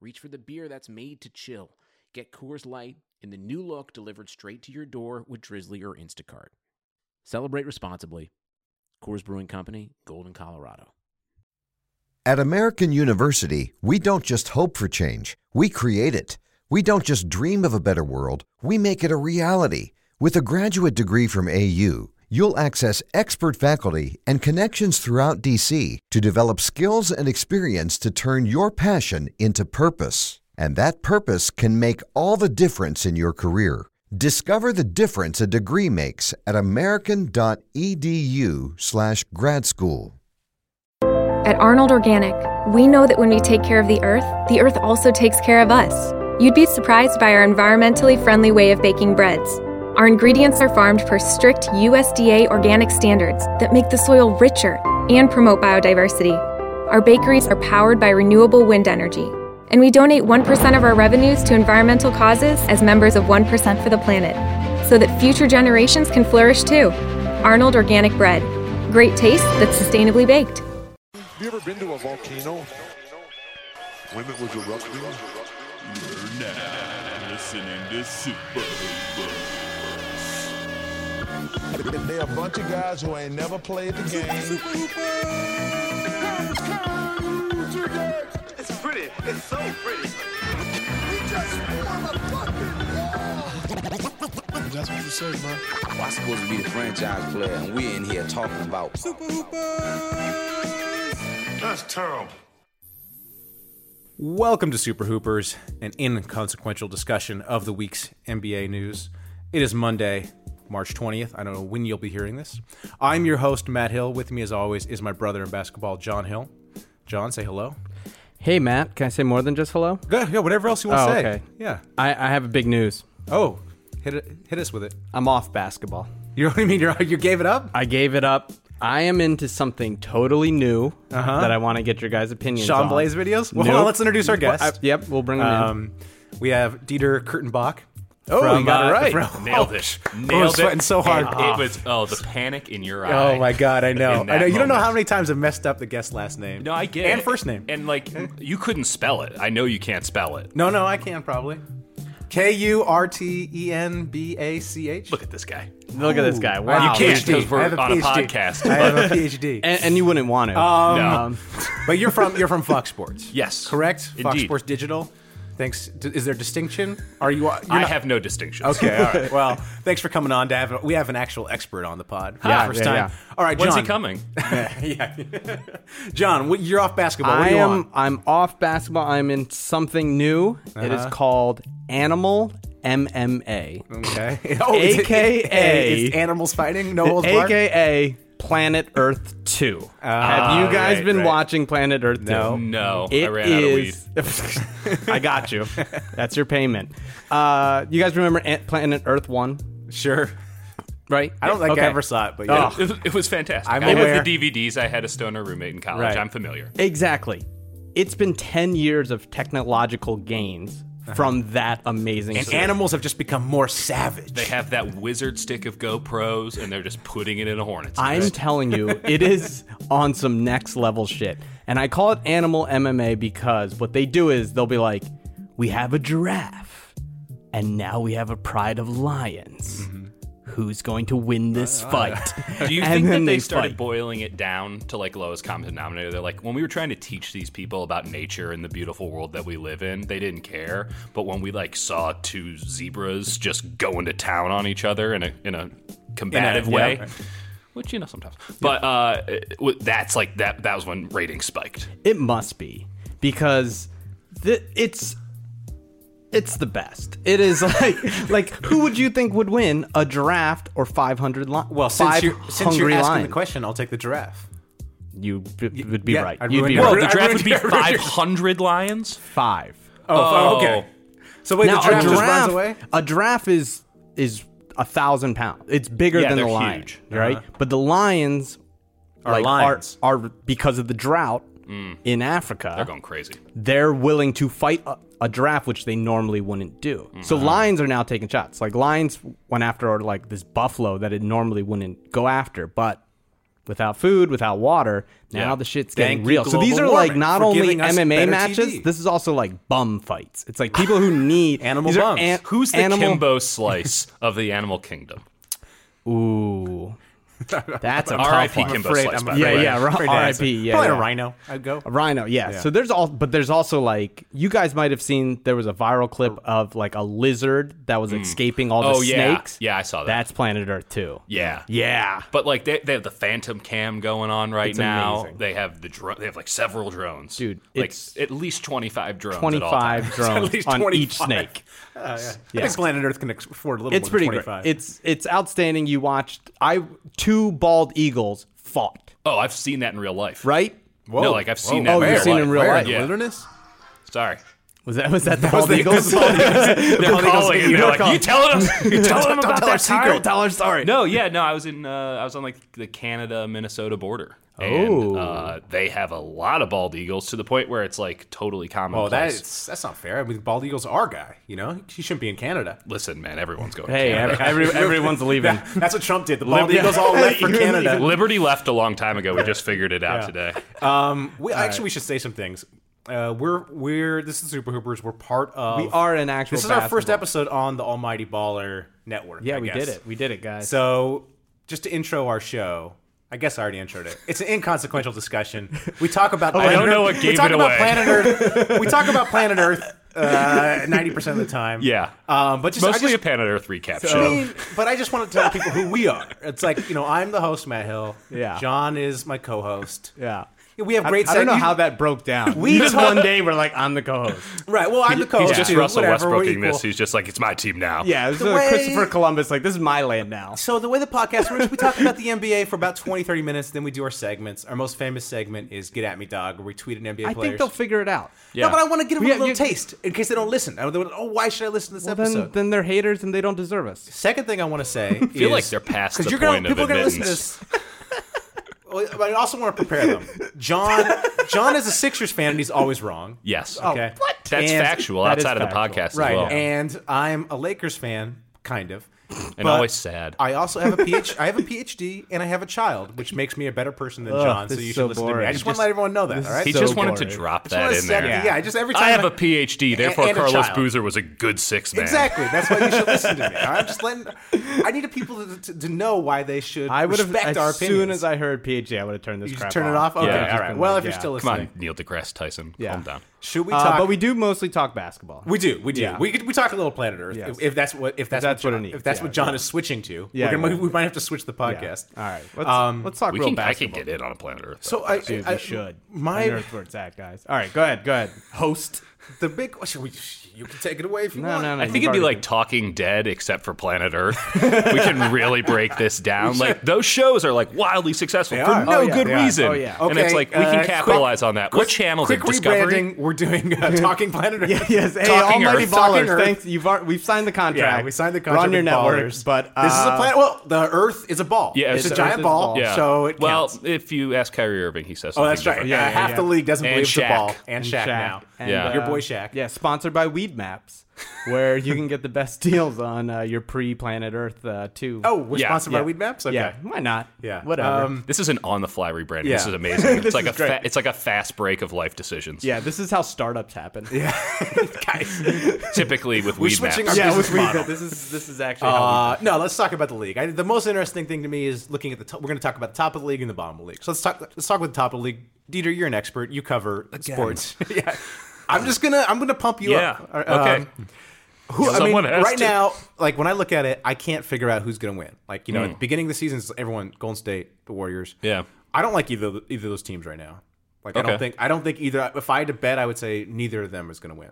reach for the beer that's made to chill. Get Coors Light in the new look delivered straight to your door with Drizzly or Instacart. Celebrate responsibly. Coors Brewing Company, Golden, Colorado. At American University, we don't just hope for change, we create it. We don't just dream of a better world, we make it a reality. With a graduate degree from AU, you'll access expert faculty and connections throughout DC to develop skills and experience to turn your passion into purpose. And that purpose can make all the difference in your career. Discover the difference a degree makes at E american.edu/grad school. At Arnold Organic, we know that when we take care of the earth, the earth also takes care of us. You'd be surprised by our environmentally friendly way of baking breads. Our ingredients are farmed per strict USDA organic standards that make the soil richer and promote biodiversity. Our bakeries are powered by renewable wind energy, and we donate 1% of our revenues to environmental causes as members of 1% for the planet, so that future generations can flourish too. Arnold Organic Bread. Great taste that's sustainably baked. Have you ever been to a volcano? Women was erupting. Now listening to Super They a bunch of guys who ain't never played the game. It's pretty. It's so pretty. I'm supposed to be the franchise player, and we're in here talking about That's terrible. Welcome to Super Hoopers, an inconsequential discussion of the week's NBA news. It is Monday, March 20th. I don't know when you'll be hearing this. I'm your host, Matt Hill. With me, as always, is my brother in basketball, John Hill. John, say hello. Hey Matt, can I say more than just hello? Yeah, yeah, whatever else you want to Oh, say. okay. Yeah. I, I have big news. Oh, hit it, hit us with it. I'm off basketball. You know what I mean? You're, you gave it up? I gave it up. I am into something totally new that I want to get your guys' opinions Sean on. Uh-huh. Blaze videos? Well, hold on, Nope. let's introduce our Well, guest. I- yep, we'll bring him in. Um, we have Dieter Kurtenbach. Oh, from, you got it uh, right. from- Nailed it. Oh, Nailed I was it. sweating so hard. Ah. And it was oh the panic in your eye. Oh my god, I know. I know. In that You don't know moment. how many times I've messed up the guest last name. No, I get it. and first name. And like you couldn't spell it. I know you can't spell it. no, no, I can probably. K U R T E N B A C H. Look at this guy. Look at this guy. Wow. You can't because we're on a podcast. I But have a PhD. And, and you wouldn't want to. Um, no. but you're from you're from Fox Sports. Yes. correct. Fox Indeed. Sports Digital. Thanks. D- Is there distinction? Are you? You're I not- have no distinctions. Okay, all right. Well, thanks for coming on, Dav. We have an actual expert on the pod. for Yeah, the first yeah, time. All right, John. When's he coming? yeah, John, what, you're off basketball. What I do you am want? I'm off basketball. I'm in something new. It is called Animal MMA. Okay. Oh, it's- AKA. it's animals fighting. No holds barred. AKA Planet Earth 2. Have you guys Ah, right, been right. watching Planet Earth 2? No. No, It I ran is- I got you. That's your payment. Uh, you guys remember Ant- Planet Earth One, Sure. Oh, right? I don't think Okay. I ever saw it, but yeah. out of weed. It, it was fantastic. I'm I aware. have the DVDs. I had a stoner roommate in college. Right. I'm familiar. Exactly. It's been ten years of technological gains Uh-huh. from that amazing. And series. animals have just become more savage. They have that wizard stick of GoPros, and they're just putting it in a hornet's I'm nest. telling you, it is on some next level shit. And I call it animal MMA because what they do is they'll be like, we have a giraffe, and now we have a pride of lions. Mm-hmm. Who's going to win this Uh, fight? Do you And think then that they, they started fight. boiling it down to like lowest common denominator? They're like, when we were trying to teach these people about nature and the beautiful world that we live in, they didn't care. But when we like saw two zebras just going to town on each other in a in a combative yeah. way, which you know sometimes, but uh, it- w- that's like that. That was when ratings spiked. It must be because th- it's it's the best. It is like like who would you think would win a draft or five hundred lions? well, since five you're, since you're hungry asking lions. the question, I'll take the giraffe. you b- would be yeah, right. I You'd ruined be it. right. Well, The I draft ruined would be your- I ruined your- five hundred lions. Five. oh, okay. So wait, now, the giraffe, a just giraffe, runs away. a giraffe is is a thousand pounds. It's bigger Yeah, than the they're lion, huge. right? But the lions Uh-huh. Are like, lions. Mm. Are, are because of the drought in Africa. They're going crazy. they're willing to fight a, a draft, which they normally wouldn't do. So lions are now taking shots. Like lions went after like this buffalo that it normally wouldn't go after, but without food, without water, now Yeah. the shit's Thank getting you, real. So these are global like warming, not for only giving us MMA better matches, TV. this is also like bum fights. It's like people who need Animal these are bums. an- Who's the animal, Kimbo Slice of the animal kingdom? Ooh. That's a tough R.I.P. one. Kimbo Afraid- Slice. I'm by the afraid- way. Yeah, yeah, afraid to answer. RIP, yeah, Probably a yeah. rhino. I'd go. A Rhino, Uh, yeah. Yeah. So there's all, but there's also like you guys might have seen there was a viral clip of like a lizard that was escaping all the Hmm. Oh, yeah. snakes. Yeah, I saw that. That's Planet Earth too. Yeah. Yeah. But like they, they have the Phantom Cam going on right It's now. amazing. They have the drone. They have like several drones, Dude, Like it's at least twenty five drones. at all 25 times. drones at least on 25. each snake. Oh, yeah. I think planet Earth can afford a little It's more pretty than great. 25. It's it's outstanding. You watched I two bald eagles fought Oh, I've seen that in real life. right. No, like I've seen Oh, that. in real you've seen it life. in real Where, life. the Yeah. wilderness? Sorry. Was that was that the bald eagles? They're calling and they're You're like, calling- you telling us? You telling them about that secret? tell our story. No, yeah, no. I was in. Uh, I was on like the Canada Minnesota border. Oh. And, uh, they have a lot of bald eagles to the point where it's like totally Oh, commonplace. that's that's not fair. I mean, bald eagles are our guy. You know, she shouldn't be in Canada. Listen, man, everyone's going. Hey, to Canada. every, every, everyone's leaving. That- that's what Trump did. The bald eagles all left for Canada. Liberty left a long time ago. We just figured it out today. Um, we, actually, we should say some things. Uh, we're we're this is Super Hoopers. We're part of. We are an actual This is our first basketball. episode on the Almighty Baller Network. Yeah, I we guess. did it. We did it, guys. So, just to intro our show, I guess I already introed it. It's an inconsequential discussion. We talk about I don't know what we gave talk it about away. planet Earth. We talk about planet Earth uh, ninety percent of the time. Yeah. um, but just I Mostly just, a Planet Earth recap I show. mean, but I just want to tell people who we are. It's like you know, I'm the host, Matt Hill. Yeah. John is my co-host. yeah. We have great. I, I don't seg- know you- how that broke down. We- We just one day were like, I'm the co-host. Right. Well, I'm the co-host. He's just too, Russell Oh, whatever, we're Westbrooking equal. this. He's just like, it's my team now. Yeah, it was The like way- Christopher Columbus. Like this is my land now. So the way the podcast works, we talk about the NBA for about 20, 30 minutes, then we do our segments. Our most famous segment is "Get at Me, Dog," where we tweet an NBA I players. think they'll figure it out. Yeah. No, but I want to give them a Yeah, little you- taste in case they don't listen. I- they're like, Oh, why should I listen to this Well, then, episode? then they're haters and they don't deserve us. Second thing I want to say, I feel like they're past the you're gonna, point of people are gonna listen to admittance. this. Well, but I also want to prepare them. John, John is a Sixers fan and he's always wrong. Yes. Okay. what? That's And- factual that is outside of the factual. podcast as Right. well. And I'm a Lakers fan, kind of. And always sad. I also have a PhD. I have a PhD and I have a child, which makes me a better person than John. So this is you so should listen to me. boring. I just, Just- want to let everyone know that. this All is right. he so just wanted boring. to drop I that just in wanna there. say- Yeah. I just every time I have a a PhD, therefore and a Carlos child. Boozer was a good six man. Exactly. That's why you should listen to me. all right? I'm just letting. I need people to, to, to know why they should I would have respect as our opinions. soon as I heard PhD, I would have turned this you crap just turn it off. off. Yeah, Okay. all just right. been Well, like, if you're yeah. still Come listening, on, Neil deGrasse Tyson. Yeah. Calm down. should we Uh, talk? but we do mostly talk basketball. We do, we do. Yeah. We, we talk a little planet Earth Yes. if, if that's what if that's, that's what what John, it needs, if that's yeah, what John is switching to. Yeah, we're gonna, yeah. we might have to switch the Yeah. podcast. All right. Let's, Um, let's talk We real can, I can basketball. get in on a Planet Earth. So I, Dude, I we should. My Unearth where it's at, guys. All right, go ahead. Go ahead. Host. the big question. We, you can take it away if you No, want. no, no. I think it'd be like Talking Dead, except for Planet Earth. we can really break this down. Like those shows are like wildly successful They for are. no Oh, yeah, good they are. reason. Oh, yeah. and it's Okay, like we uh, can quick- capitalize on that. what channels? Quick Like Discovery. rebranding. We're doing uh, talking planet Earth. yes, hey, Talking Almighty Earth. Talking Ballers. Earth. Thanks, you've ar- we've signed the contract. Yeah, we signed the We're contract. on your with network, ballers. but this is a uh, planet. Well, the Earth is a ball. Yeah, it's, it's- a Earth giant is a ball. ball. Yeah. So it well, counts. if you ask Kyrie Irving, he says. Oh, something that's right. different. Yeah, Uh, yeah, half yeah. the league doesn't And believe it's a Shaq. ball. And Shaq, Shaq. now. And, Yeah. Your boy Shaq. Yeah, sponsored by Weed Maps, where you can get the best deals on uh, your pre Planet Earth uh, 2. Oh, we're Yeah. sponsored by Yeah. Weed Maps. Okay. yeah. Why not? Yeah. Whatever. Um, This is an on the fly rebranding. This Yeah. is amazing. It's This like is a great. fa- it's like a fast break of life decisions. yeah, this is how startups happen. Yeah, Typically with We're weed switching maps. our business with Weed model. Maps. This is, this is actually how Uh, no, let's talk about the league. I, the most interesting thing to me is looking at the. Top, we're going to talk about the top of the league and the bottom of the league. So let's talk. Let's talk about the top of the league. Dieter, you're an expert. You cover sports. yeah, I'm just gonna. I'm gonna pump you Yeah. up. Uh, Okay. Who, I mean, Someone has right to. now, like when I look at it, I can't figure out who's going to win. Like you know, at the beginning of the season, it's everyone Golden State, the Warriors. Hmm. Yeah. I don't like either either of those teams right now. Like I don't Okay. think I don't think either. If I had to bet, I would say neither of them is going to win.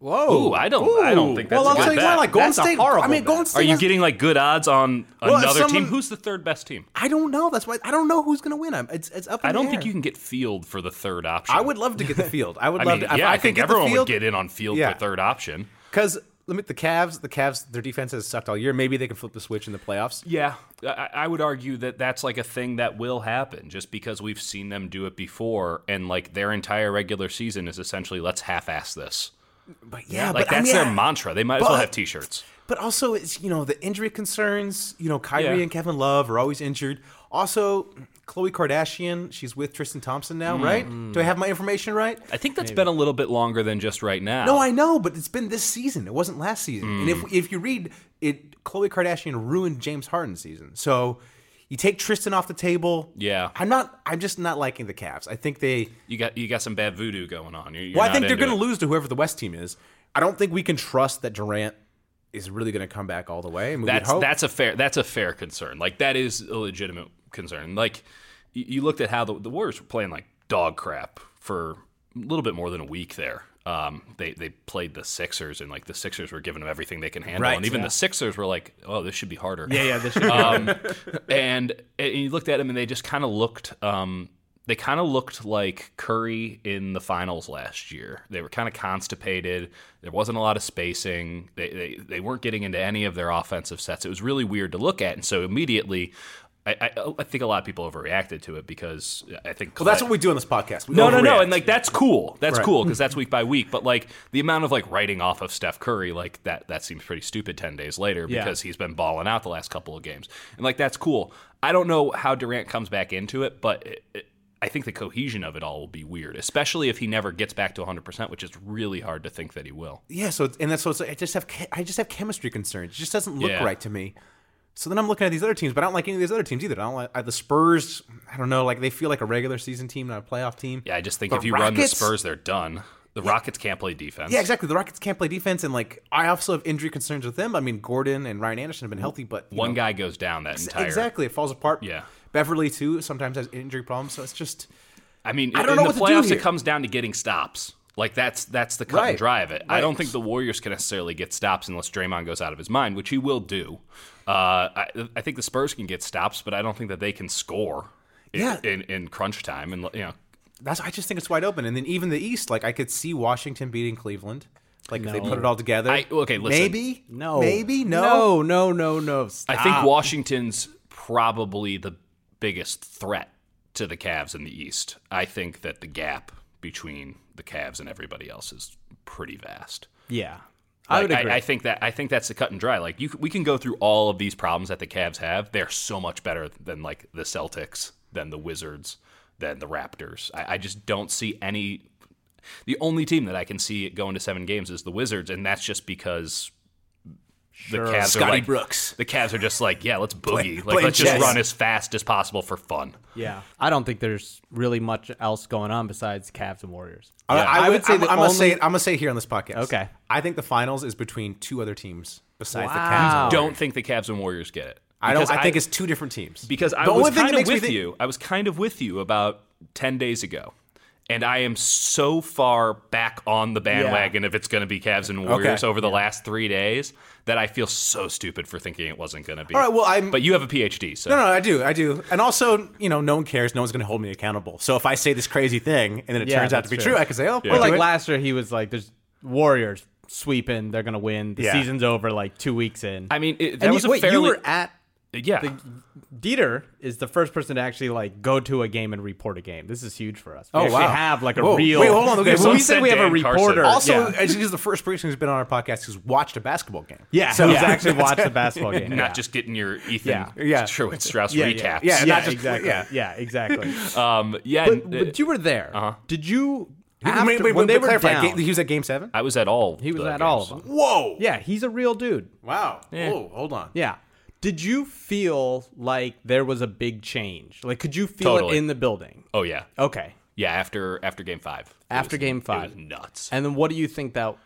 Whoa! Ooh, I don't. I don't think that's Oh, Well, I'll a good tell you bet. what, like, Golden That's a State- horrible I mean, bet. Golden State Are you has- getting like good odds on Well, if another someone- team? Who's the third best team? I don't know. That's why I don't know who's going to win. I'm, it's it's up. In I don't the think air. you can get field for the third option. I would love to get the field. I would I love mean, to. if yeah, I, could think get the everyone field, would get in on field Yeah. for third option. Because limit the Cavs. The Cavs, their defense has sucked all year. Maybe they can flip the switch in the playoffs. Yeah, I, I would argue that that's like a thing that will happen just because we've seen them do it before, and like their entire regular season is essentially let's half-ass this. But yeah, Like but, I that's mean, their I- mantra. They might as well but- have T-shirts. But also, it's you know the injury concerns. You know, Kyrie Yeah. and Kevin Love are always injured. Also, Khloe Kardashian, she's with Tristan Thompson Mm. now, right? Do I have my information right? I think that's been a little bit longer than just right now. No, I know, but it's been this season. It wasn't last season. And Hmm. if if you read it, Khloe Kardashian ruined James Harden's season. So you take Tristan off the table. Yeah. I'm not. I'm just not liking the Cavs. I think they. you got you got some bad voodoo going on. You're, you're well, I not think they're into going to it. lose to whoever the West team is. I don't think we can trust that Durant is really going to come back all the way. I mean, we That's hope. that's a fair that's a fair concern. Like that is a legitimate concern. Like you, you looked at how the, the Warriors were playing like dog crap for a little bit more than a week there. Um, they they played the Sixers and like the Sixers were giving them everything they can handle, Right, and even yeah. the Sixers were like, "Oh, this should be harder." yeah. This should be um, and, and you looked at them, and they just kind of looked. Um, they kind of looked like Curry in the finals last year. They were kind of constipated. There wasn't a lot of spacing. They, they they weren't getting into any of their offensive sets. It was really weird to look at, and so immediately. I, I, I think a lot of people overreacted to it because I think well, that's what we do on this podcast. We no, no, no, overreact. and like that's cool. That's Right. cool because that's week by week. But like the amount of like writing off of Steph Curry, like that that seems pretty stupid ten days later Yeah. because he's been balling out the last couple of games, and like that's cool. I don't know how Durant comes back into it, but it, it, I think the cohesion of it all will be weird, especially if he never gets back to 100, percent which is really hard to think that he will. yeah. So it's- and that's so it's like, I just have che- I just have chemistry concerns. It just doesn't look Yeah. right to me. So then I'm looking at these other teams, but I don't like any of these other teams either. I don't like I, the Spurs. I don't know. Like they feel like a regular season team, not a playoff team. Yeah, I just think The if you run the Rockets- Spurs, they're done. The Rockets can't play defense. Yeah, exactly. The Rockets can't play defense, and like I also have injury concerns with them. I mean, Gordon and Ryan Anderson have been healthy, but you One know, guy goes down that entire. exactly it falls apart. Yeah. Beverly too sometimes has injury problems, so it's just I mean, I don't in know the what to do playoffs, here. it comes down to getting stops. Like that's that's the cut Right. and dry of it. Right. I don't think the Warriors can necessarily get stops unless Draymond goes out of his mind, which he will do. Uh, I, I think the Spurs can get stops, but I don't think that they can score. In, Yeah. in, in crunch time, and you know, that's I just think it's wide open. And then even the East, like I could see Washington beating Cleveland, like if they put it all together. I- okay, listen. maybe No. maybe no. No, no, no, no. Stop. Ah. I think Washington's probably the biggest threat to the Cavs in the East. I think that the gap between the Cavs and everybody else is pretty vast. yeah. I Like, would agree. I, think that I think that's the cut and dry. Like you, c- we can go through all of these problems that the Cavs have. They're so much better than like the Celtics, than the Wizards, than the Raptors. I, I just don't see any. The only team that I can see it going to seven games is the Wizards, and that's just because the Cavs Scotty are like, Brooks. The Cavs are just like, yeah, let's boogie, like play let's just chess. run as fast as possible for fun. yeah. I don't think there's really much else going on besides Cavs and Warriors. I, I I would would say I'm, the I'm gonna say only- it, I'm gonna say it here on this podcast. Okay. I think the finals is between two other teams besides the Cavs. Wow. and Don't think the Cavs and Warriors get it. Oh, I don't. Because I think it's two different teams. because I The only was thing that kind of makes me with think- you. I was kind of with you about ten days ago, and I am so far back on the bandwagon if it's going to be Cavs and Warriors over the last three days that I feel so stupid for thinking it wasn't going to be. All right, well, I'm- But you have a PhD, so Uh, No, no, I do, I do, and also, you know, no one cares. No one's going to hold me accountable. So if I say this crazy thing and then it Yeah, turns out to be that's true. true, I can say, "Oh, Or I'll do like it. last year, he was like, "There's Warriors sweeping. They're gonna win. The Yeah. season's over. Like two weeks in." I mean, it, that and was a you, wait, fairly you were at yeah. the Dieter is the first person to actually like go to a game and report a game. This is huge for us. We Oh, actually wow. have like a Whoa. real. Wait, hold on, okay, Yeah, someone when we say said we have a Dan Carson. reporter, Also, yeah, as he's the first person who's been on our podcast who's watched a basketball game. yeah so so he's actually watched the basketball game. Not yeah. just getting your Ethan Yeah. Yeah. Sherwood Strauss Yeah, yeah, recaps. yeah, not just- exactly. yeah. Yeah, exactly. Um, yeah. but, and, uh, but you were there. Did you? After, Uh-huh. wait, wait, when wait, they were clarify. down, Ga- he was at Game Seven. I was at all. he was the at all games. of them. Whoa! Yeah, he's a real dude. Wow. Whoa! Hold on. Yeah. Did you feel like there was a big change? Like, could you feel Totally. it in the building? Oh yeah, Okay. yeah. After after game five. It After was- game it five. was nuts. And then what do you think that?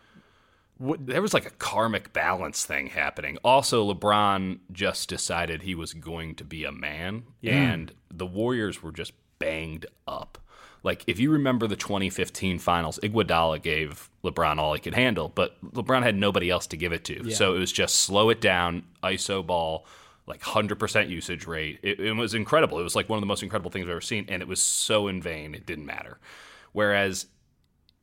there was like a karmic balance thing happening. Also, LeBron just decided he was going to be a man, and the Warriors were just banged up. Like if you remember the 2015 finals, Iguodala gave LeBron all he could handle, but LeBron had nobody else to give it to. Yeah. So it was just slow it down, iso ball, like 100% usage rate. It, it was incredible. It was like one of the most incredible things I've ever seen, and it was so in vain, it didn't matter. Whereas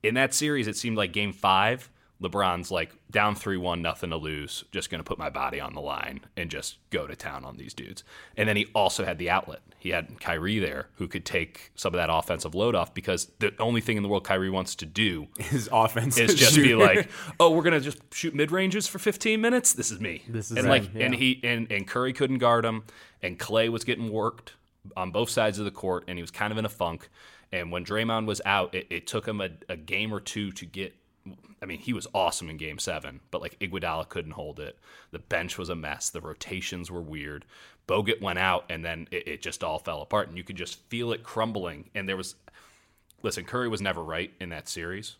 in that series, it seemed like game five, LeBron's like down 3 1, nothing to lose, just going to put my body on the line and just go to town on these dudes. And then he also had the outlet. He had Kyrie there who could take some of that offensive load off because the only thing in the world Kyrie wants to do His offense is just be shooter. like, oh, we're gonna just shoot mid ranges for 15 minutes. This is me. This is and him, like, and yeah. he and and Curry couldn't guard him, and Clay was getting worked on both sides of the court, and he was kind of in a funk. And when Draymond was out, it, it took him a, a game or two to get. I mean, he was awesome in Game Seven, but like Iguodala couldn't hold it. The bench was a mess. The rotations were weird. Bogut went out, and then it, it just all fell apart, and you could just feel it crumbling. And there was, listen, Curry was never right in that series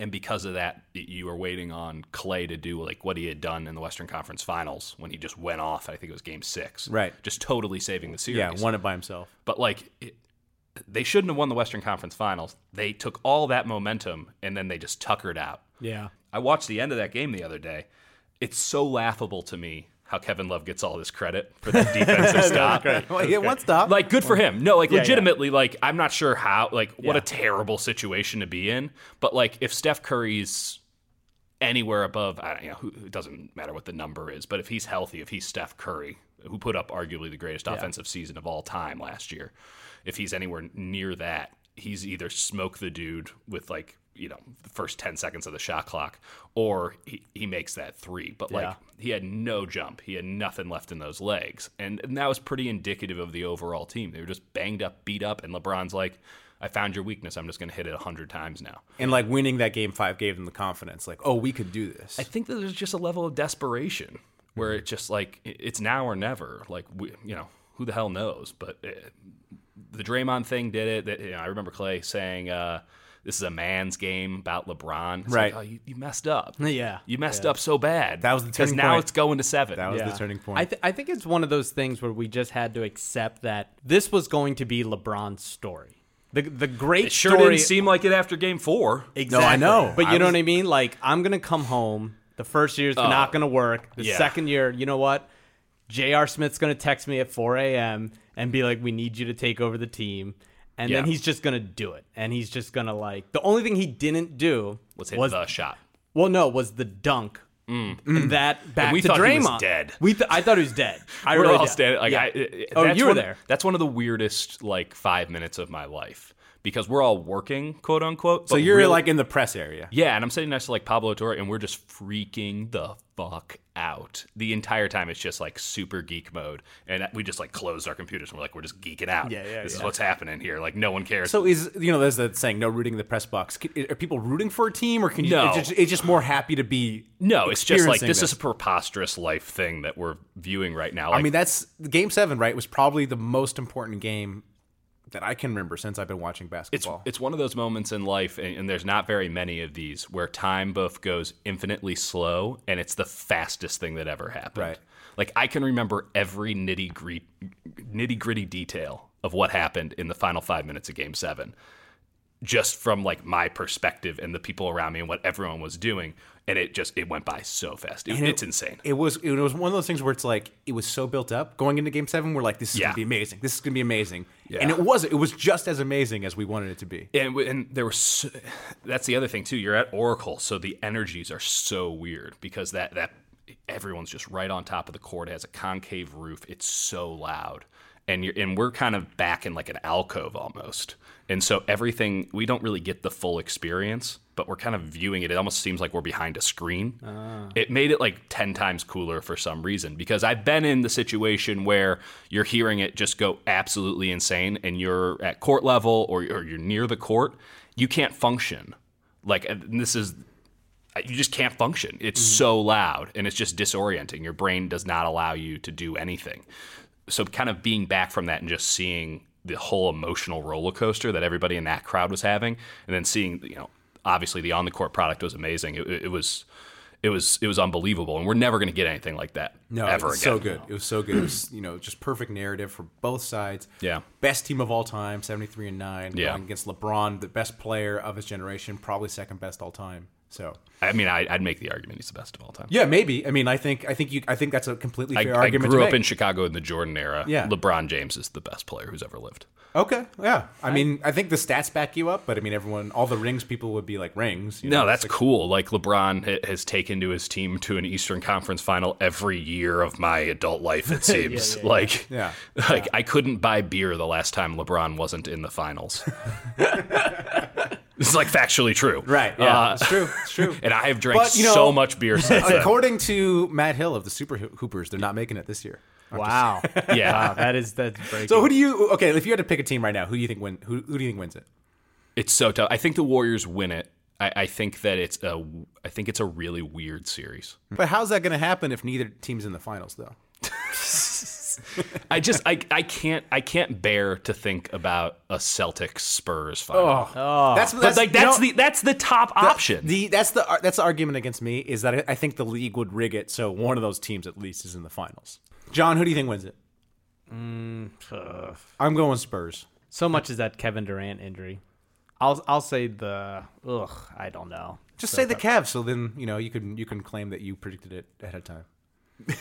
and because of that, y- you were waiting on Clay to do like what he had done in the Western Conference Finals when he just went off. I think it was Game Six, Right. Just totally saving the series. yeah, won it by himself. But like, it, they shouldn't have won the Western Conference Finals. They took all that momentum and then they just tuckered out. Yeah. I watched the end of that game the other day. It's so laughable to me how Kevin Love gets all this credit for that defensive stop. Well, yeah, one stop. Like good for him. No, like Yeah, yeah. legitimately, like I'm not sure how. Like what Yeah. a terrible situation to be in. But like if Steph Curry's anywhere above, I don't you know, who, it doesn't matter what the number is. But if he's healthy, if he's Steph Curry, who put up arguably the greatest offensive season of all time last year, if he's anywhere near that, he's either smoke the dude with like you know the first 10 seconds of the shot clock or he, he makes that three but like Yeah. he had no jump. He had nothing left in those legs. And, and that was pretty indicative of the overall team. They were just banged up, beat up, and LeBron's like, I found your weakness. I'm just going to hit it 100 times now. and like winning that game five gave them the confidence. Like, oh, we could do this. I think that there's just a level of desperation where Mm-hmm. it's just like, i- it's now or never. Like, we, you know, who the hell knows? But uh the Draymond thing did it. That, you know, I remember Clay saying, uh, this is a man's game about LeBron. It's Right. Like, oh, you, you messed up. Yeah. You messed up so bad. That was the Because turning now point. it's going to seven. that was Yeah. the turning point. I, th- I think it's one of those things where we just had to accept that this was going to be LeBron's story. The the great it sure story. didn't seem like it after game four. exactly. No, I know. But you I know was- what I mean? Like I'm gonna come home. The first year's Oh. not gonna work. The yeah. second year, you know what? J.R. Smith's gonna text me at 4 a.m. and be like, "We need you to take over the team." And then Yeah. he's just gonna do it. And he's just gonna like the only thing he didn't do Let's hit the shot. Well, no, was the dunk. And that back Mm. we to thought Draymond. he was dead. We th- I thought he was dead. I We're really all did. standing. Like, Yeah. I, it- oh, that's you were one- there. That's one of the weirdest like five minutes of my life because we're all working, quote unquote. so but you're really- like in the press area. yeah, and I'm sitting next to like Pablo Torre, and we're just freaking the fuck out the entire time. It's just like super geek mode, and we just like closed our computers and we're like, we're just geeking out. Yeah, yeah, This is yeah. what's happening here. Like no one cares. So is you know there's that saying no rooting in the press box. Can- Are people rooting for a team or can you? No. It's just, it's just more happy to be. no, it's just like experiencing this, is a preposterous life thing that we're viewing right now. I Like, mean that's game seven right was probably the most important game that I can remember since I've been watching it's basketball. it's one of those moments in life, and, and there's not very many of these where time both goes infinitely slow, and it's the fastest thing that ever happened. Right. Like I can remember every nitty gritty nitty gritty detail of what happened in the final five minutes of Game Seven, just from like my perspective and the people around me and what everyone was doing, and it just it went by so fast. It- And it- it's insane. It was it was one of those things where it's like it was so built up going into game seven. We're like, this is Yeah. gonna be amazing. This is gonna be amazing. And it was it was just as amazing as we wanted it to be. and, w- and there was so, that's the other thing too you're at oracle so the energies are so weird because that that everyone's just right on top of the court it has a concave roof it's so loud and you're and we're kind of back in like an alcove almost and so everything we don't really get the full experience but we're kind of viewing it it almost seems like we're behind a screen it made it like 10 times cooler for some reason because I've been in the situation where you're hearing it just go absolutely insane and you're at court level or, or you're near the court, you can't function. Like, and this is, you just can't function. It's Mm-hmm. so loud and it's just disorienting. Your brain does not allow you to do anything. So, kind of being back from that and just seeing the whole emotional roller coaster that everybody in that crowd was having, and then seeing, you know, obviously the on the court product was amazing. It, it was it was it was unbelievable, and we're never going to get anything like that No, ever it's again. so good. It was so good. It was you know just perfect narrative for both sides. Yeah. best team of all time, seventy three and nine. Yeah. going against LeBron, the best player of his generation, probably second best all time. So I mean, I, I'd make the argument he's the best of all time. yeah, maybe. I mean, I think I think you I think that's a completely I, fair I argument. grew to up in make. Chicago in the Jordan era. Yeah. LeBron James is the best player who's ever lived. okay, yeah. I, mean, I think the stats back you up, but I mean, everyone, all the rings people would be like rings. You know? No, that's cool. Like LeBron ha- has taken to his team to an Eastern Conference final every year of my adult life. It seems like Yeah. like I couldn't buy beer the last time LeBron wasn't in the finals. this is like factually true, right. Yeah, Uh, it's true. It's true. and I have drank But, you know- so much beer since then. According to Matt Hill of the Super Hoopers, they're not making it this year. Wow. Yeah. Wow, that is that's breaking. So who do you? Okay, if you had to pick a team right now, who do you think win? Who, who do you think wins it? It's so tough. I think the Warriors win it. I, I think that it's a I think it's a really weird series. But how's that going to happen if neither team's in the finals, though? I just I, I can't I can't bear to think about a Celtics Spurs final. that's, Uh, but like that's you the know, that's the top option. The that's the ar- that's the argument against me is that I, I think the league would rig it so one of those teams at least is in the finals. John, who do you think wins it? I'm going Spurs. so much is that Kevin Durant injury. I'll I'll say the ugh. I don't know. Just say the Cavs, so then you know you can you can claim that you predicted it ahead of time.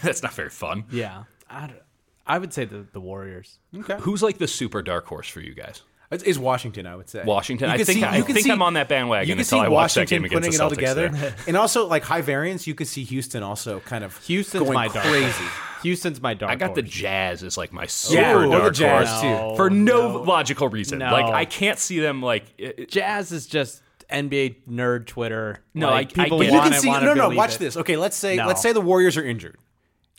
that's not very fun. Yeah. I, don't- I would say the the Warriors. Who's like the super dark horse for you guys? It's, it's Washington, I would say. Washington? You I can think- see- I you can think see- I'm on that bandwagon you can until see I watch that Washington game against putting the it all Celtics together, and also like high variance. You could see Houston also kind of Houston's going my dark horse. crazy. Houston's my dark. I got the horse. Jazz as like my Oh, super Yeah, or dark the Jazz horse too. for no, logical reason. No. Like I can't see them like it- it- Jazz is just NBA nerd Twitter. No, like, I- I people get it. you want can it, see want no to no believe watch it. this okay let's say No. let's say the warriors are injured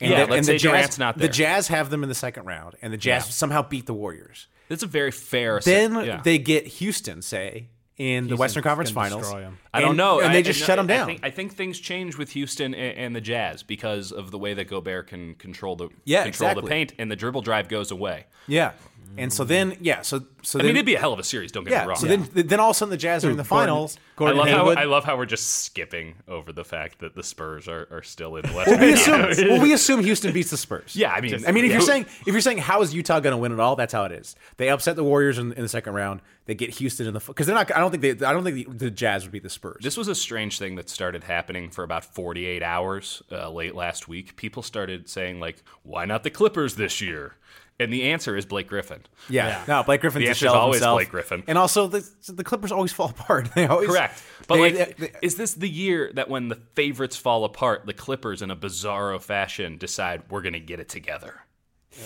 and, Yeah, the, let's and say the jazz Durant's not there. the jazz have them in the second round and the jazz somehow beat the warriors it's a very fair. then yeah. they get houston say in the western conference gonna finals destroy 'em. I don't and- know. and I- they just I- shut them I down think, I think things change with Houston and, and the Jazz because of the way that Gobert can control the Yeah, control exactly. the paint and the dribble drive goes away. yeah and so then yeah so so I then mean, it'd be a hell of a series. Don't get yeah me wrong. so then then all of a sudden the jazz are in the finals I love, how, Hayward. I love how we're just skipping over the fact that the Spurs are, are still in West. we assume, well, we assume Houston beats the Spurs. Yeah, I mean- Just- I mean, if you're yeah. saying if you're saying how is Utah going to win at all, that's how it is. They upset the Warriors in, in the second round. They get Houston in the because they're not. I don't think they. I don't think the, the Jazz would beat the Spurs. This was a strange thing that started happening for about 48 hours uh, late last week. People started saying like, "Why not the Clippers this year?" And the answer is Blake Griffin. yeah. no, Blake Griffin's The a answer's shell of always himself. Blake Griffin. and also the the Clippers always fall apart. They always Correct. But they- like, they- is this the year that when the favorites fall apart, the Clippers, in a bizarro fashion, decide we're going to get it together?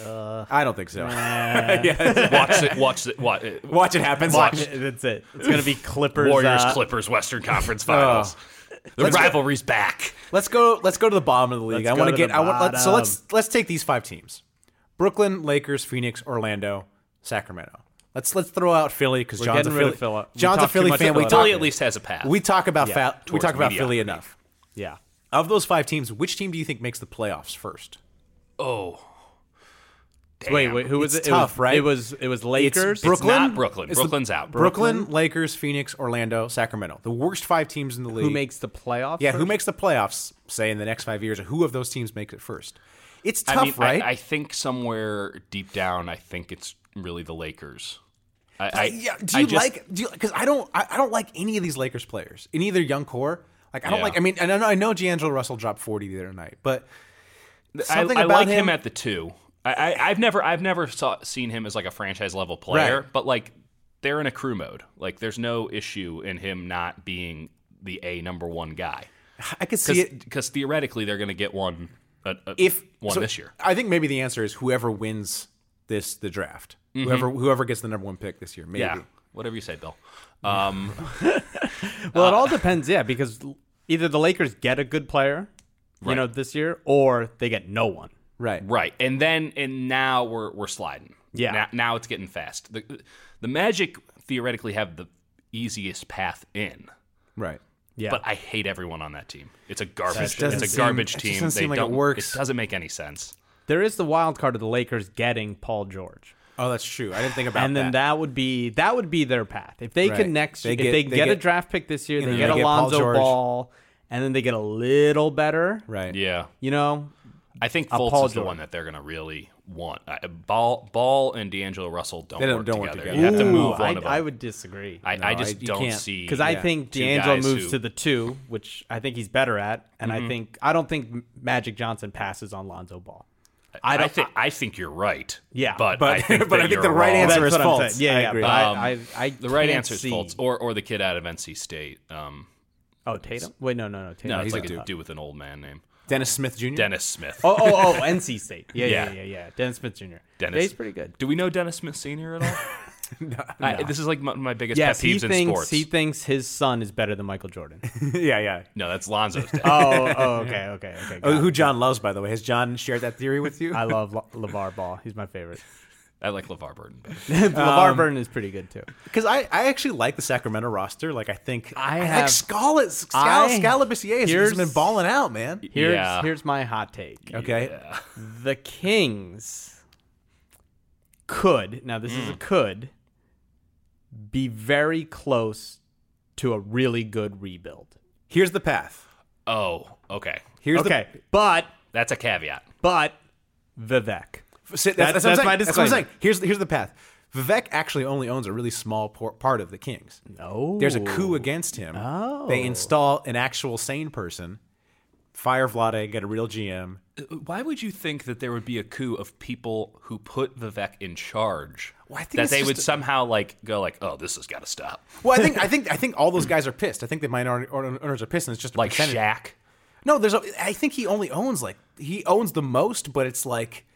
I don't think so. Watch it. Watch it. Watch it. Watch it happen. Watch Watch- That's it. It's gonna be Clippers. Warriors, uh, Clippers, Western oh. Conference Finals. the rivalry's back. Let's go. Let's go to the bottom of the league. Let's I want go to get. to the I want. Let's, so bottom. let's let's take these five teams: Brooklyn, Lakers, Phoenix, Orlando, Sacramento. Let's let's throw out Philly because We're John's a getting rid Philly. of Philly. We John's a talked too Philly much fan. about We Philly. talk, Philly at least has a path. we talk about Yeah, fa- we towards talk about Philly mediocrity. enough. Yeah. Of those five teams, which team do you think makes the playoffs first? Oh. Wait, wait. Who was It's it? It was- tough, right? It was. It was Lakers. Brooklyn. not Brooklyn. the- Brooklyn's out. Brooklyn, Lakers, Phoenix, Orlando, Sacramento. The worst five teams in the league. Who makes the playoffs? Yeah, who first? makes the playoffs? Say in the next five years, or who of those teams makes it first? It's tough, I mean, I- right? I, think somewhere deep down, I think it's really the Lakers. I, I yeah. Do I you just- like? Do because I don't. I, I don't like any of these Lakers players in either young core. Like I don't Yeah. like. I mean, and I know I know D'Angelo Russell dropped forty the other night, but I, something I about like him, at the two. I, I, I've never, I've never saw, seen him as like a franchise level player, Right. but like they're in a crew mode. Like there's no issue in him not being the a number one guy I could see it because theoretically they're going to get one a, a- if one so this year. I think maybe the answer is whoever wins this the draft, whoever whoever gets the number one pick this year, maybe. Mm-hmm. Yeah, whatever you say, Bill. Um, Well, it all depends. Yeah, because either the Lakers get a good player, you know, this year, or they get no one. Right. Right, and then and now we're we're sliding. Yeah. now, now it's getting fast. The the Magic theoretically have the easiest path in, Right. Yeah. but I hate everyone on that team. It's a garbage. It's doesn't a seem- garbage it just team. doesn't they seem like it don't, works. It doesn't make any sense. there is the wild card of the Lakers getting Paul George. Oh, that's true. I didn't think about And then that. would be that would be their path. If they Right. can next They if get- they, they get, a get- draft pick this year, and they then get they get Paul Alonzo George. Ball and then they get a little better. Right. Yeah. You know, I think Uh, Fultz Paul is the George. one that they're going to really want. I, Ball, Ball and D'Angelo Russell don't, They don't- work, don't work together. together. You have to Ooh, move one I, of them. I would disagree. I, I just you don't can't, see because I think two D'Angelo guys moves who- Mm-hmm. to the two, which I think he's better at, and I think I don't think M- Magic Johnson passes on Lonzo Ball. I, don't- think I think you're right. Yeah, but but- I think, but that I think you're the right wrong. answer is That's what I'm Fultz. saying. Yeah, I yeah, agree. but I- Um, I, I, The right can't answer is see- Fultz, or or the kid out of NC State. Um, Oh, Tatum. Wait, no, no, no. Tatum. no, it's he's like a a dude. dude with an old man name, Dennis Smith Jr. Dennis Smith. oh, oh, oh, NC State. Yeah, yeah, Yeah. yeah, yeah. yeah. Dennis Smith Jr. Dennis. he's pretty good. Do we know Dennis Smith Senior at all? I- this is like my, my biggest Yes, pet he peeves in sports. thinks he thinks his son is better than Michael Jordan. yeah, yeah. no, that's Lonzo's dad. oh, oh, okay, okay, okay. got Oh, it. who John loves, by the way. Has John shared that theory with you? I love La- LeVar Ball. He's my favorite. I like LeVar Burton better. LeVar Burton is pretty good too. Because I, I actually like the Sacramento roster. Like I think I like have- Scarlet Scal, I- Scalabissier has here's- been balling out, man. Here's Yeah. here's my hot take. Okay, The Kings could, now this Mm. is a could, be very close to a really good rebuild. here's the path. Oh, okay. Here's okay, but, That's a caveat. but, Vivek. the sit, That- what I'm that's saying. my That's what I'm disclaimer. saying. Here's here's the path. Vivek actually only owns a really small por- part of the Kings. No. There's a coup against him. Oh. They install an actual sane person, fire Vlade, get a real GM. Uh, Why would you think that there would be a coup of people who put Vivek in charge? Well, I think that it's they just would a- somehow like go like, oh, this has got to stop. Well, I think I think I think all those guys are pissed. I think the minority owners are pissed, and it's just a Like percentage. Shaq. No, there's. A, I think he only owns like he owns the most, but it's like,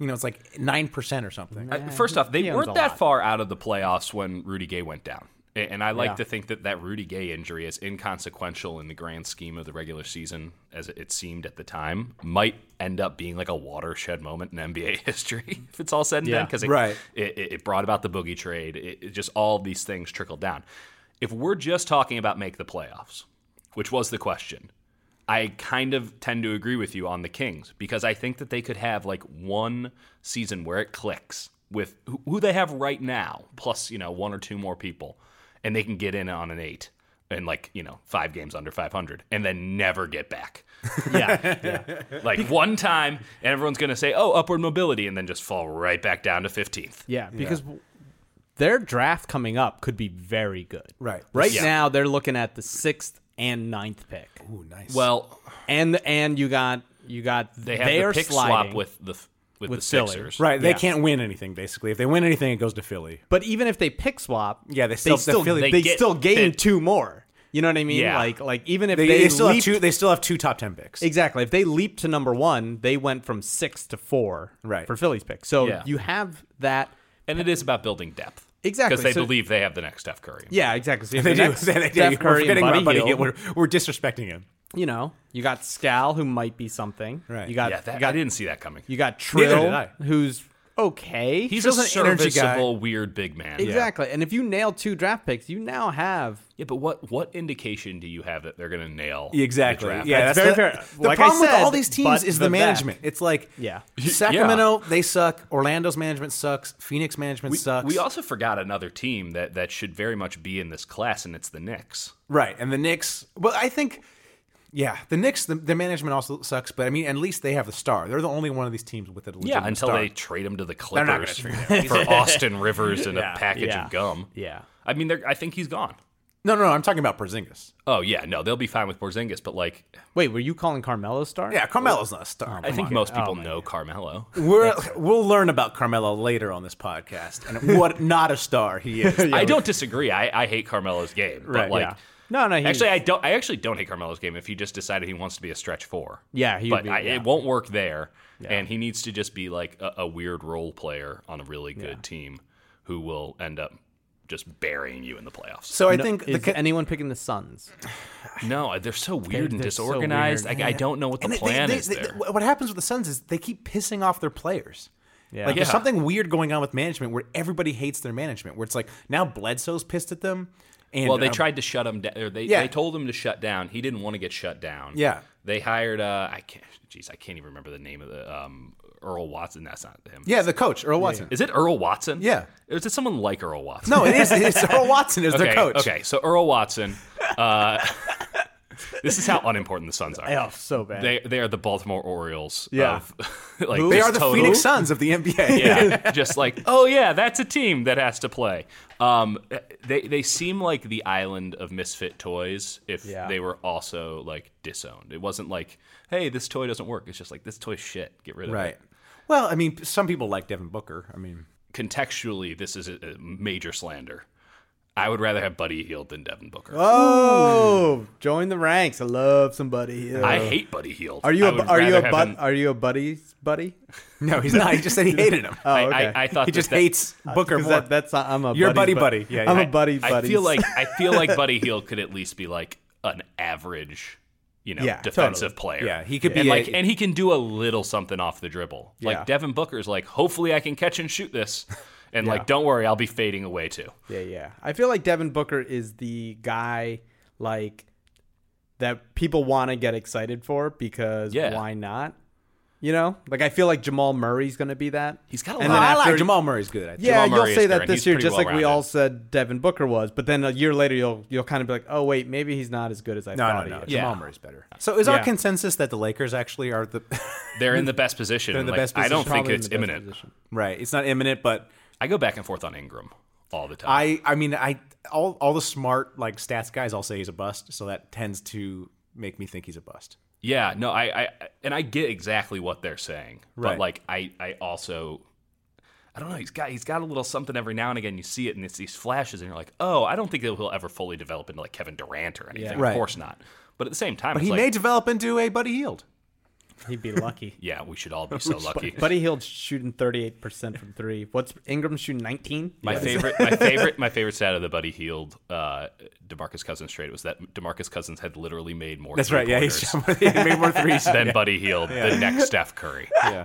you know, it's like nine percent or something. Uh, First off, they he owns weren't a that lot. far out of the playoffs when Rudy Gay went down. A- And I like to think that that Rudy Gay injury, as inconsequential in the grand scheme of the regular season as it seemed at the time, might end up being like a watershed moment in NBA history if it's all said and done. Because it, right. it, it it brought about the boogie trade. It, it just all of these things trickled down. If we're just talking about make the playoffs, which was the question, I kind of tend to agree with you on the Kings because I think that they could have like one season where it clicks with who- who they have right now, plus, you know, one or two more people, and they can get in on an eight and like, you know, five games under 500 and then never get back. Yeah. Like one time, and everyone's going to say, oh, upward mobility, and then just fall right back down to 15th. Yeah, because w their draft coming up could be very good. Right. Right Yeah. now, they're looking at the sixth and ninth pick, Ooh, nice. Well, and and you got you got they have their the pick sliding. swap with the with, the with Philly. Sixers. right, they yeah. can't win anything basically. If they win anything, it goes to Philly. But even if they pick swap, Yeah, they still- the still Philly- they, They get still gain fit. two more. You know what I mean? Yeah. Like like even if They, they, they still leaped- have two. They still have two top ten picks. exactly if they leap to number one, they went from six to four Right. for Philly's pick. So Yeah. you have that. And it is about building depth. Exactly, Because they so- believe they have the next Steph Curry. Yeah, exactly. So you have They the do. next They- they do. Steph we're Curry and forgetting Buddy, about Buddy Hield. Hield. We're, we're disrespecting him. You know, you got Scal who might be something. Right. You got Yeah, that, you got I didn't see that coming. You got Neither did Trill, I. who's okay. He's Trill's a an energy guy. serviceable, weird big man. exactly. And if you nail two draft picks, you now have Yeah, but what what indication do you have that they're going to nail Exactly. The draft? Yeah, That's that's very the, fair. The Like I problem with said, all these teams but is the the back. management. It's like Yeah. Sacramento they suck. Orlando's management sucks. Phoenix management we, sucks. we also forgot another team that that should very much be in this class, and it's the Knicks. Right, and the Knicks. Well, I think, yeah, the Knicks. The, the management also sucks, but I mean, at least they have the star. They're the only one of these teams with a legitimate Yeah, until star. they trade him to the They're not gonna Clippers trade him. for Austin Rivers and a package yeah. of gum. yeah. I mean, they're- I think he's gone. No, no, no. I'm talking about Porzingis. Oh yeah, no, they'll be fine with Porzingis, but like Wait, were you calling Carmelo star? Yeah, Carmelo's not a star. Oh I think most people know Carmelo. We're, we'll learn about Carmelo later on this podcast and what not a star he is. I don't disagree. I, I hate Carmelo's game, but Right, like yeah. No, no, he- actually, I don't. I actually don't hate Carmelo's game if he just decided he wants to be a stretch four. Yeah, he would but be- I, yeah. it won't work there, and he needs to just be like a, a weird role player on a really good team who will end up just burying you in the playoffs. So I No, think the, is Ki- anyone picking the Suns? No, they're so weird and they're so disorganized. weird. Like I don't know what the and they- plan they- is they- there. what happens with the Suns is they keep pissing off their players. Yeah. Like there's Yeah. something weird going on with management where everybody hates their management. Where it's like now Bledsoe's pissed at them. And well, they uh, tried to shut him down. Or they, Yeah. they told him to shut down. He didn't want to get shut down. Yeah. They hired uh I can't jeez, I can't even remember the name of the um Earl Watson. That's not him. Yeah, the coach Earl Watson. Is it Earl Watson? Yeah. Or is it someone like Earl Watson? No, it is. It's Earl Watson is okay, their coach. Okay, so Earl Watson. Uh, This is how unimportant the Suns are. Oh, so bad. They they are the Baltimore Orioles. Yeah. of- like They this are the total- Phoenix Suns of the NBA. yeah, just like oh yeah, that's a team that has to play. Um, they they seem like the island of misfit toys if Yeah. they were also like disowned. It wasn't like hey, this toy doesn't work. It's just like this toy shit. Get rid of Right. it. Well, I mean, some people like Devin Booker. I mean, Contextually, this is a, a major slander. I would rather have Buddy Heald than Devin Booker. oh, join the ranks. I love somebody. Here. I hate Buddy Heald. Are you I a would are you rather a have bud, him- are you a buddy's buddy? no, he's not. He just said he hated him. Oh, I, okay. I, I thought he that just that- hates Booker more. Because that, that's not, I'm a You're buddy's buddy, buddy. Yeah, I'm yeah. a buddy buddy. I feel like I feel like Buddy Heald could at least be like an average, you know, Yeah, defensive player. yeah, he could and be like, a- and he can do a little something off the dribble. Yeah. Like Devin Booker's like, hopefully I can catch and shoot this, and like, don't worry, I'll be fading away too. yeah, yeah. I feel like Devin Booker is the guy like that people want to get excited for because Yeah. why not? You know, like I feel like Jamal Murray's going to be that. He's got a And lot. then I after- like Jamal Murray's good. I think. Yeah, Jamal Murray you'll say is that good. this He's year, pretty just like we well-rounded. all said Devin Booker was. But then a year later, you'll you'll kind of be like, oh wait, maybe he's not as good as I No, thought no, no. he is. Jamal Yeah. Murray's better. So is our Yeah. consensus that the Lakers actually are the They're in the best position. They're in the Like, best I don't position. think Probably in it's the best imminent. position. right? It's not imminent, but I go back and forth on Ingram all the time. I I mean I all all the smart like stats guys all say he's a bust, so that tends to make me think he's a bust. Yeah, no, I, I and I get exactly what they're saying, Right. but like I, I also, I don't know. He's got he's got a little something every now and again. You see it, and it's these flashes, and you're like, oh, I don't think that he'll ever fully develop into like Kevin Durant or anything. Right. Of course not. But at the same time, But it's he like, may develop into a Buddy Healed. He'd be lucky. yeah, we should all be so lucky. Buddy Hield's shooting 38% from three. What's Ingram shooting 19? my favorite, my favorite, my favorite stat of the Buddy Healed uh, Demarcus Cousins trade was that Demarcus Cousins had literally made more. That's right. Yeah, he's three-pointers he made more threes. than Buddy Healed, the next Steph Curry. yeah.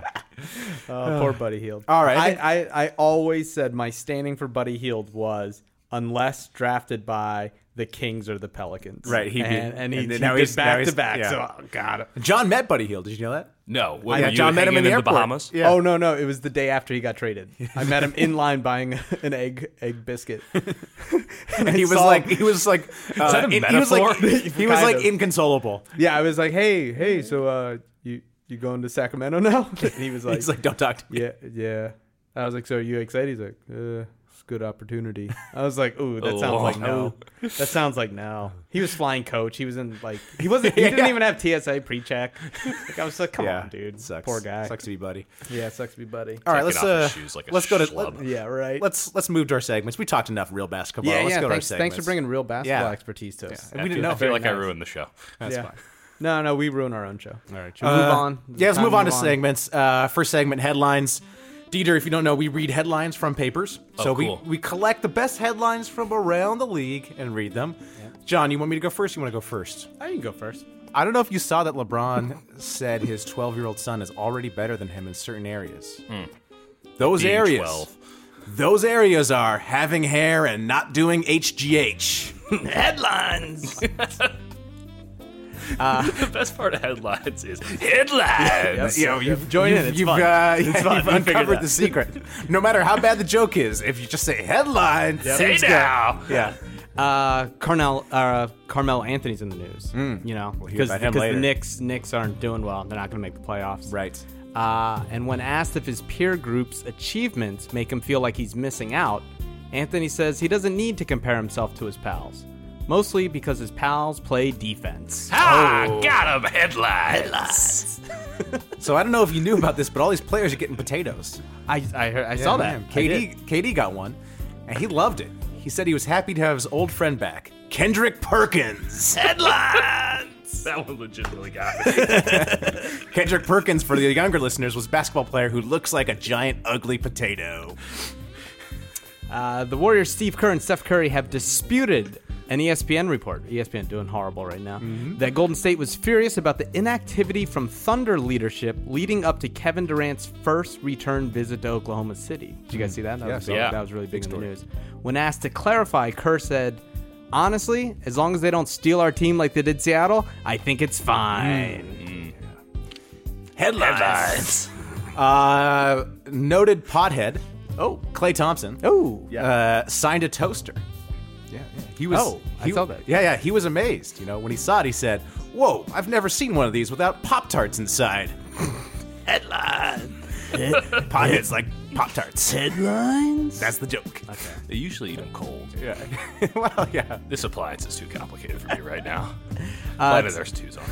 Oh, poor Buddy Heald. All right, I I, think- I, I always said my standing for Buddy Heald was unless drafted by the Kings or the Pelicans. Right, he'd be- and, and he, and then now now he's he's- now back to he's- back. yeah. So, oh, God. John met Buddy Healed. Did you know that? No, what, Yeah, were you John met him hanging in the in the airport. Bahamas. Yeah. Oh, no, no. It was the day after he got traded. I met him in line buying an egg egg biscuit. and I He was saw like him. he was like uh, that a in- he was like metaphor? he was Kind like of. inconsolable. yeah, I was like, hey, hey, so uh, you, you going to Sacramento now? And he was like, He's like, don't talk to me. Yeah, yeah. I was like, so are you excited? He's like, uh, it's a good opportunity. I was like, ooh, that sounds Oh, like no. That sounds like no. He was flying coach. He was in like he wasn't. He didn't Yeah. even have TSA pre-check. Like I was like, come on, dude, sucks. poor guy. Sucks to be Buddy. Yeah, it sucks to be buddy. All right, Taking let's off his uh, shoes like a let's go to schlub. Yeah, right. let's let's move to our segments. We talked enough real basketball. yeah, let's yeah. go to our Thanks, segments. thanks for bringing real basketball Yeah. expertise to us. Yeah. I We feel- didn't know. I feel Very like I nice. ruined the show. That's Yeah. fine. No, no, we ruin our own show. All right, should we Uh, move on. Is it Yeah, let's time move on to segments. Uh, first segment headlines. Dieter, if you don't know, we read headlines from papers. so cool. we, we collect the best headlines from around the league and read them. John, you want me to go first? You want to go first? I can go first. I don't know if you saw that LeBron said his 12 year old son is already better than him in certain areas. Hmm. Those Being areas. 12. Those areas are having hair and not doing HGH. Headlines. The best part of headlines is headlines. you know, you've Join in. you've, It's you've, fun. Uh, yeah, fun. you've We figured uncovered that. the secret. No matter how bad the joke is, if you just say headline, Say it's good. now. Yeah. uh, Carnell, uh, Carmel Anthony's in the news. You know, Hmm. hear because about him because the later. Knicks Knicks aren't doing well. They're not going to make the playoffs. Right. Uh, and when asked if his peer group's achievements make him feel like he's missing out, Anthony says he doesn't need to compare himself to his pals, mostly because his pals play defense. Ah, got him. Headlines. headlines. Oh. So I don't know if you knew about this, but all these players are getting potatoes. Oh, I I, heard, I saw that. man. I did. KD, KD got one, and he loved it. He said he was happy to have his old friend back, Kendrick Perkins. Headlines. That one legitimately got me. Kendrick Perkins, for the younger listeners, was a basketball player who looks like a giant, ugly potato. Uh, the Warriors' Steve Kerr and Steph Curry have disputed an E ESPN report. ESPN doing horrible right now. That Golden State was furious about the inactivity from Thunder leadership leading up to Kevin Durant's first return visit to Oklahoma City. Did you guys see that? That, was, Yeah. that was really big in the news. When asked to clarify, Kerr said, "Honestly, as long as they don't steal our team like they did Seattle, I think it's fine." Headlines. Uh, noted pothead. Oh, Clay Thompson. Oh, Uh, signed a toaster. Yeah, yeah. He was. Oh, I he- saw that. Yeah, yeah. He was amazed. You know, when he saw it, he said, "Whoa! I've never seen one of these without Pop Tarts inside." Headline. Pockets like Pop Tarts. Headlines? That's the joke. They usually eat them cold. Yeah. well, Oh, yeah. This appliance is too complicated for me right now. Uh, Glad there's twos on.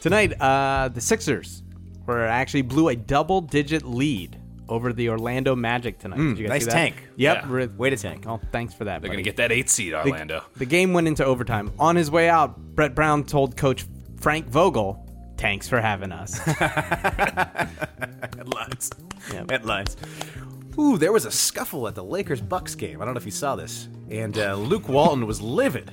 Tonight, uh, the Sixers were actually blew a double-digit lead over the Orlando Magic tonight. Did you Hmm, nice guys see that? tank. Yep. Yeah. re- Way to tank. Oh, thanks for that. They're buddy. gonna get that eight seed, The- Orlando. The, game went into overtime. On his way out, Brett Brown told coach Frank Vogel, "Thanks for having us." Headlines. Yep. Headlines. Ooh, there was a scuffle at the Lakers Bucks game. I don't know if you saw this. And uh, Luke Walton was livid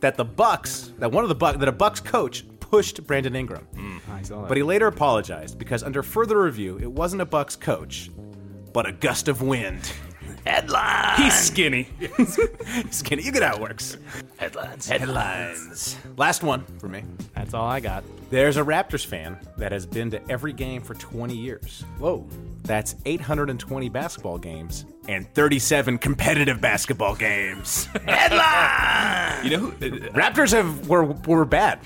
that the Bucks, that one of the Bucks, that a Bucks coach pushed Brandon Ingram. Mm-hmm. But he later apologized because under further review, it wasn't a Bucks coach, but a gust of wind. Headlines. He's skinny. skinny. You get how it works. Headlines. Headlines. Last one for me. That's all I got. There's a Raptors fan that has been to every game for 20 years. Whoa. That's 820 basketball games and 37 competitive basketball games. Headline! You know, who- uh, Raptors have were were bad.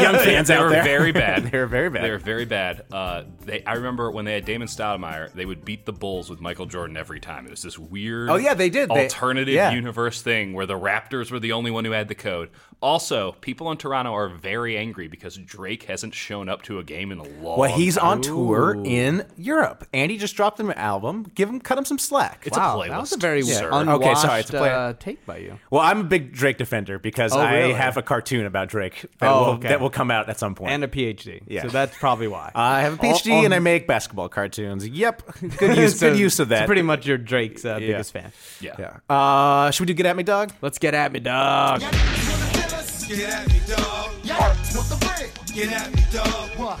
young fans they out were there. very bad. they were very bad. They were very bad. Uh, they, I remember when they had Damon Stoudemire, they would beat the Bulls with Michael Jordan every time. It was this weird, Oh, yeah, they did. They- alternative yeah. universe thing where the Raptors were the only one who had the code. Also, people in Toronto are very angry because Drake hasn't shown up to a game in a long. well, he's time. on tour in Europe, and he just dropped him an album. Give him, cut him some slack. It's Wow, a playlist. that was a very sir. unwashed Okay, sorry, it's a play- uh, take by you. well, I'm a big Drake defender because Oh, really? I have a cartoon about Drake that, Oh, will, okay. that will come out at some point. And a PhD. Yeah. Uh, So that's probably why. I have a PhD Oh, oh. and I make basketball cartoons. Yep, good use, So good use of it's that. pretty much your Drake's uh, biggest fan. yeah. Yeah. Uh, should we do get at me, dog? Let's get at me, dog. Get at me, dog. What the frick? Get at me, dog. What?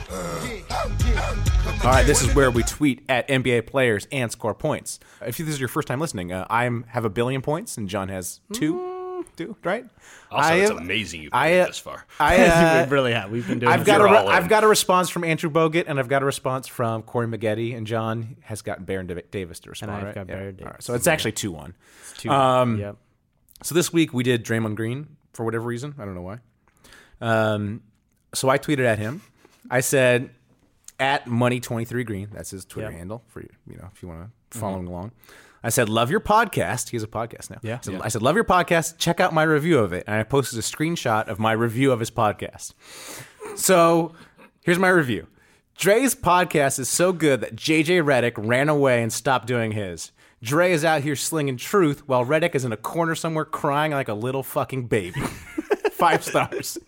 All right, this is where we tweet at NBA players and score points. If this is your first time listening, uh, I have a billion points and John has two. Two, right? Also, it's am- amazing you've I, made uh, it this far. I, uh, we really have. We've been doing I've this got a for You're re- all in. I've got a response from Andrew Bogut and I've got a response from Corey Maggette and John has gotten Baron Dav- Davis to respond. I've right? got Baron All right, Davis. so it's actually two one. two. Um, yep. So this week we did Draymond Green for whatever reason. I don't know why. Um, so I tweeted at him. I said at money twenty three green. That's his Twitter Yeah. handle for you. You know if you want Mm-hmm. to follow him along. I said love your podcast. He has a podcast now. Yeah. I said, Yeah. I said love your podcast. Check out my review of it, and I posted a screenshot of my review of his podcast. So here's my review. Dre's podcast is so good that JJ Reddick ran away and stopped doing his. Dre is out here slinging truth while Reddick is in a corner somewhere crying like a little fucking baby. Five stars.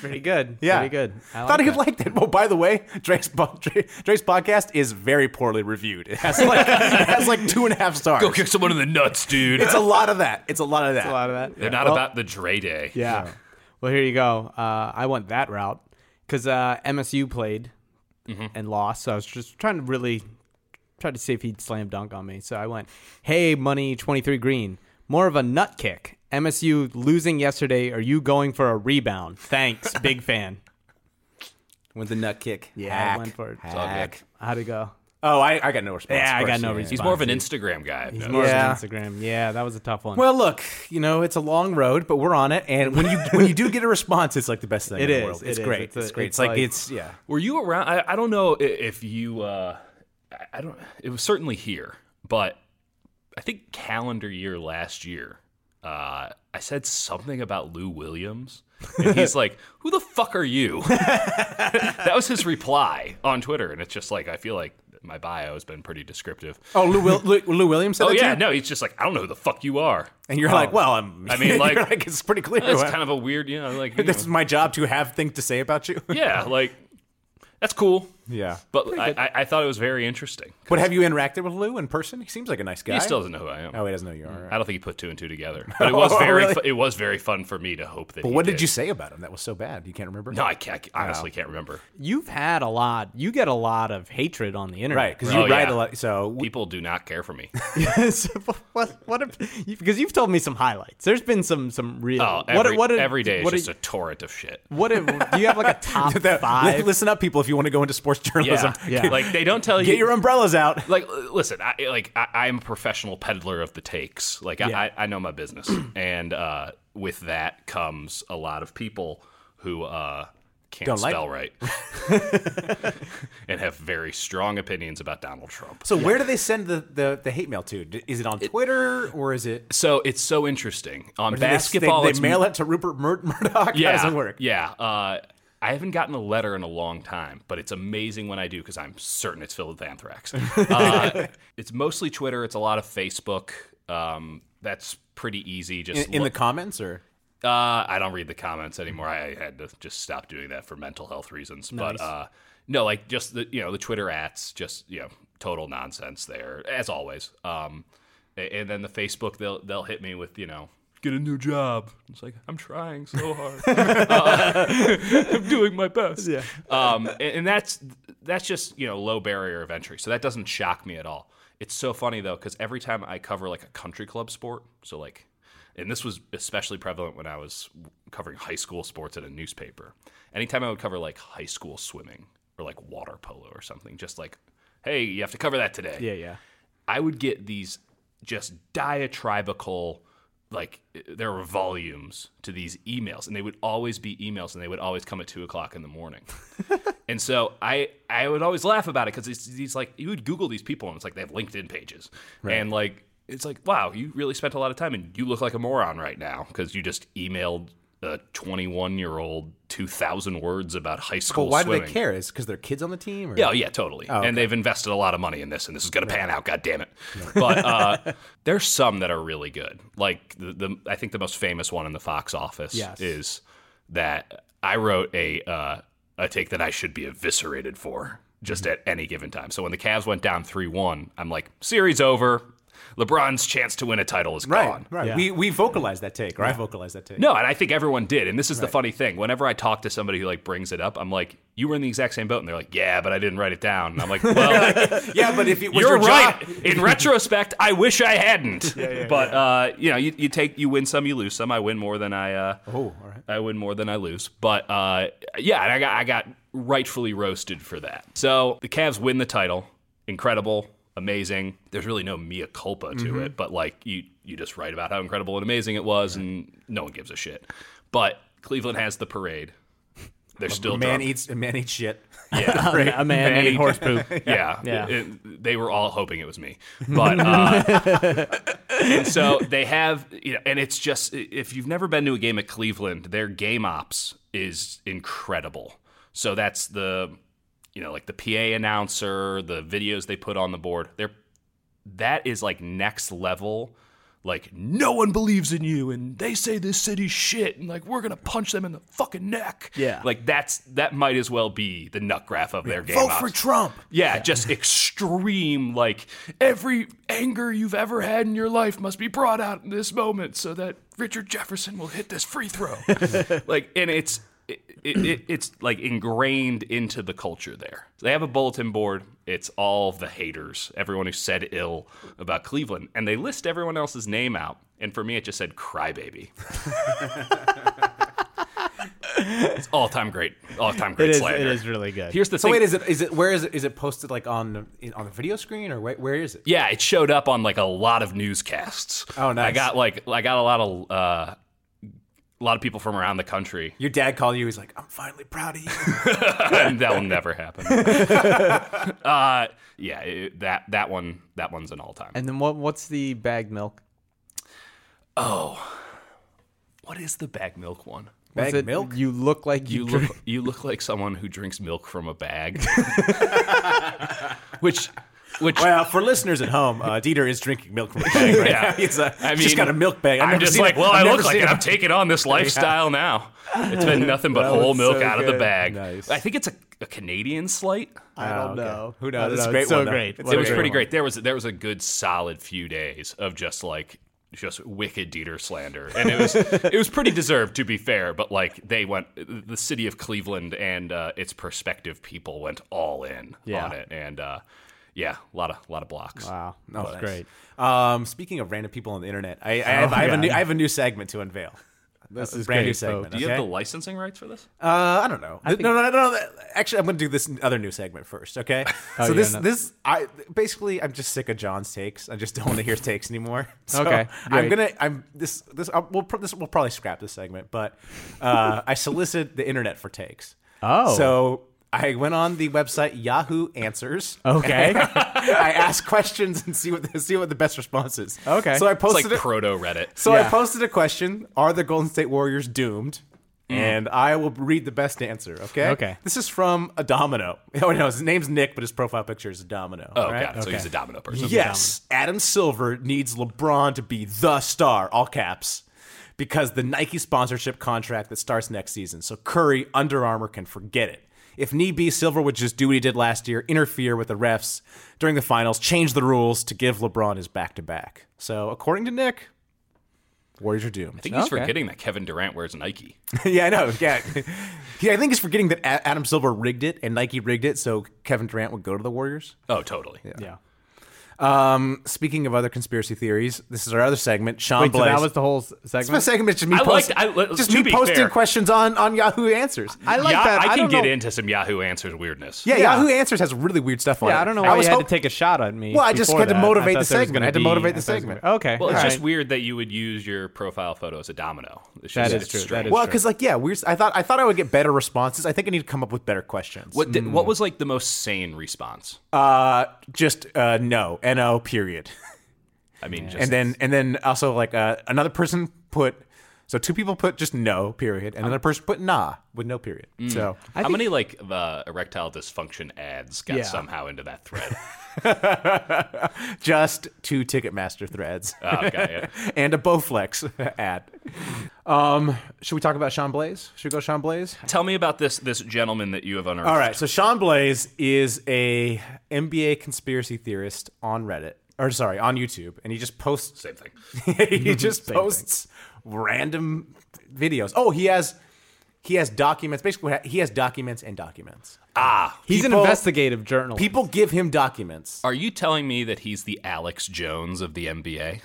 Pretty good. Yeah. Pretty good. I Thought like he'd that. like that. Well, Oh, by the way, Dre's, po- Dre, Dre's podcast is very poorly reviewed. It has like, it has like two and a half stars. Go kick someone in the nuts, dude. It's a lot of that. It's a lot of that. a lot of that. They're not about the Dre Day. Yeah. Well, here you go. Uh, I went that route because uh, MSU played Mm-hmm. and lost. So I was just trying to really try to see if he'd slam dunk on me. So I went, hey, money 23 green, more of a nut kick. MSU losing yesterday. Are you going for a rebound? Thanks. Big fan. With the nut kick. Yeah, I Hack. went for it. It's all good. Hack. How'd it go? Oh, I, I got no response. Yeah, I of got course, no yeah. response. He's more of an Instagram guy. I've noticed. More of an Yeah. Instagram. Yeah, that was a tough one. Well, look, you know it's a long road, but we're on it. And when you when you do get a response, it's like the best thing in It is, the world. it It's is. great. It's It's, a- great. it's It's like, like- it's yeah. Were you around? I, I don't know i- if you. Uh, I- I don't. It was certainly here, but I think calendar year last year, uh, I said something about Lou Williams, and he's like, "Who the fuck are you?" that was his reply on Twitter, and it's just like I feel like my bio has been pretty descriptive. Oh, Lou, Will, Lou, Lou Williams said Oh that to yeah, you? no, he's just like, "I don't know who the fuck you are." Um, And you're like, well, I'm. I mean, like- you're like it's pretty clear. That's Well, kind of a weird, you know, like you this is know, my job to have things to say about you. yeah, like that's cool, yeah. but I, I, I thought it was very interesting. But have you interacted with Lou in person? He seems like a nice guy. He still Mm-hmm. doesn't know who I am. Oh, he doesn't know you are. I don't think he put two and two together, but it was very really? fu- it was very fun for me to hope that. But he what did. did you say Oh. about him? That was so bad. You can't remember. No, I can't. I honestly can't remember. You've had a lot. You get a lot of hatred on the internet. right because Oh, you write yeah. a lot. So People do not care for me. Yes. what? What? If, you- because you've told me some highlights. There's been some some real. Oh, what? every, What? every day is what? just a, a torrent of shit. what? A, do you have like a top That- five? Listen up, people. If you want to go into sports sports journalism. Yeah, yeah. like they don't tell you Get your umbrellas out. Like, l- listen, I like I, I'm a professional peddler of the takes. Like, I I, I know my business, and uh, with that comes a lot of people who uh, can't Don't like spell right and have very strong opinions about Donald Trump. So where do they send the, the, the hate mail to? D- Is it on Twitter or is it So it's so interesting on or do they- basketball. They, it's they mail it to Rupert Mur- Murdoch. yeah, How does it work? Yeah. Uh, I haven't gotten a letter in a long time, but it's amazing when I do because I'm certain it's filled with anthrax. Uh, it's mostly Twitter. It's a lot of Facebook. Um, that's pretty easy. Just In, in the look- comments or uh, I don't read the comments anymore. I had to just stop doing that for mental health reasons. But uh, no, like just the you know the Twitter ads, just you know total nonsense there as always. Um, a- and then the Facebook, they'll they'll hit me with you know get a new job. It's like I'm trying so hard. Uh, I'm doing my best. Yeah. Um, and, and that's that's just you know low barrier of entry. So that doesn't shock me at all. It's so funny though because every time I cover like a country club sport, so like and this was especially prevalent when I was covering high school sports in a newspaper. Anytime I would cover like high school swimming or like water polo or something, just like, hey, you have to cover that today. Yeah, yeah. I would get these just diatribical, like there were volumes to these emails, and they would always be emails, and they would always come at two o'clock in the morning. and so I I would always laugh about it because it's these like you would Google these people, and it's like they have LinkedIn pages, and like it's like wow, you really spent a lot of time, and you look like a moron right now because you just emailed a 21 year old 2,000 words about high But school. why do they swimming. care? Is because their kids on the team? Or? Yeah, oh, yeah, totally. And they've invested a lot of money in this, and this is going to pan out. God damn it! But uh, there's some that are really good. Like the, the, I think the most famous one in the Fox office Yes. is that I wrote a uh, a take that I should be eviscerated for just at any given time. So when the Cavs went down three one, I'm like, series over. LeBron's chance to win a title is right, gone. right. We we vocalized that take, or I vocalized that take. No, and I think everyone did. And this is the funny thing. Whenever I talk to somebody who like brings it up, I'm like, "You were in the exact same boat," and they're like, "Yeah, but I didn't write it down." And I'm like, "Well, yeah, but if it was you're your right. job- In retrospect, I wish I hadn't. but Uh, you know, you, you take you win some, you lose some. I win more than I. Uh, Oh, all right. I win more than I lose. But uh, yeah, and I got I got rightfully roasted for that. So the Cavs win the title. Incredible, amazing. There's really no mea culpa to Mm-hmm. it, but like you you just write about how incredible and amazing it was, and no one gives a shit. But Cleveland has the parade. They're still man drunk. eats man eats shit. Yeah, Um, A man Man ate eat- horse poop. yeah, Yeah. It- they were all hoping it was me, but uh, and so they have, you know, and it's just if you've never been to a game at Cleveland, their game ops is incredible. So that's the, you know, like the PA announcer, the videos they put on the board. They're that is like next level. Like no one believes in you, and they say this city's shit, and like we're gonna punch them in the fucking neck. Yeah. like that's that might as well be the nut graph of their game. Vote ops. for Trump. Yeah, just extreme, like every anger you've ever had in your life must be brought out in this moment so that Richard Jefferson will hit this free throw. like, and it's. It, it, it, it's like ingrained into the culture there. They have a bulletin board. It's all the haters, everyone who said ill about Cleveland, and they list everyone else's name out. And for me, it just said crybaby. it's all time great, all time It great is, it slander. is really good. Here's the So thing. wait, is it is it where is it is it posted like on the in- on the video screen or where, where is it? Yeah, it showed up on like a lot of newscasts. Oh, nice. I got like I got a lot of uh, a lot of people from around the country, Your dad called you. He's like, I'm finally proud of you. and that will never happen. uh, yeah, it, that that one that one's an all time. And then what? What's the bag milk? Oh, What is the bag milk one? Bag Is it milk. You look like you, You drink- look you look like someone who drinks milk from a bag, which which Well, for listeners at home, uh, Dieter is drinking milk from a bag right Yeah. now. He's, uh, I she's mean, got a milk bag. I've I'm never just seen like, it. well, I've I never look like seen it. I'm taking on this lifestyle now. It's been nothing but That whole was milk so out of the good. bag. Nice. I think it's a, a Canadian slight. I don't know. Ah, Who I knows? don't It's a know. great It's so one, though. great. It's What it a was great pretty one. great. There was there was a good solid few days of just like just wicked Dieter slander, and it was it was pretty deserved to be fair. But like they went, the city of Cleveland and uh, its prospective people went all in Yeah. on it, and uh, yeah, a lot of lot of blocks. Wow, Oh, that was nice. great. Um, speaking of random people on the internet, I, I, have, I, have a new, I have a new segment to unveil. This Uh, is brand new great, segment, folks. Do you have the licensing rights for this? Uh, I don't know. I think- no, no, no, no, no. Actually, I'm going to do this other new segment first. Okay. Oh, so yeah, this, no. this, I basically, I'm just sick of John's takes. I just don't want to hear his takes anymore. So Okay, I'm great. gonna, I'm this, this, I'll, we'll, pr- this, we'll probably scrap this segment, but uh, I solicit the internet for takes. Oh. So I went on the website Yahoo Answers. Okay. I asked questions and see what see what the best response is. Okay. So I It's like posted it- Proto Reddit. so I Yeah. posted a question: Are the Golden State Warriors doomed? And I will read the best answer. Okay. Okay. This is from a domino. Oh no, his name's Nick, but his profile picture is a domino. Oh, all right? got it. So he's a domino person. Yes, Adam Silver needs LeBron to be the star, all caps, because the Nike sponsorship contract that starts next season. So Curry, Under Armour can forget it. If need be, Silver would just do what he did last year, interfere with the refs during the finals, change the rules to give LeBron his back to back. So according to Nick, Warriors are doomed. I think he's Okay. forgetting that Kevin Durant wears Nike. yeah, I know. Yeah. yeah, I think he's forgetting that A- Adam Silver rigged it and Nike rigged it so Kevin Durant would go to the Warriors. Oh, totally. Yeah. Um, speaking of other conspiracy theories, this is our other segment. Sean Wait, so Blaze. that was the whole s- It's my segment. segment. Just me, I post- liked- I- let- just to me be posting fair. questions on, on Yahoo Answers. I yeah, I can don't get know- into some Yahoo Answers weirdness. yeah, Yeah. Yahoo Answers has really weird stuff on it. Yeah, I don't know why was you had hope- to take a shot at me. Well, I just before had to that. I motivate thought the there was segment. gonna I had to be- motivate the I thought there was segment. gonna- Okay. Well, it's all just right. weird that you would use your profile photo as a domino. It's That just- is it's true. That strange. is Well, because Oh, like yeah, weird. I thought I thought I would get better responses. I think I need to come up with better questions. What did, Mm. what was like the most sane response? Uh, just uh, no, no, period. I mean, just, and then and then also like uh, another person put. So two people put just no period, and another person put nah with no period. Mm. So how many like uh, erectile dysfunction ads got Yeah. somehow into that thread? just two Ticketmaster threads. oh, got it. and a Bowflex ad. Um, should we talk about Sean Blaze? Should we go Sean Blaze? Tell me about this this gentleman that you have unearthed. All right. So Sean Blaze is a NBA conspiracy theorist on Reddit, or sorry, on YouTube, and he just posts. Same thing. he just posts random videos. Oh, he has he has documents. Basically, he has documents and documents. Ah, He's an investigative journalist. People give him documents. Are you telling me that he's the Alex Jones of the NBA?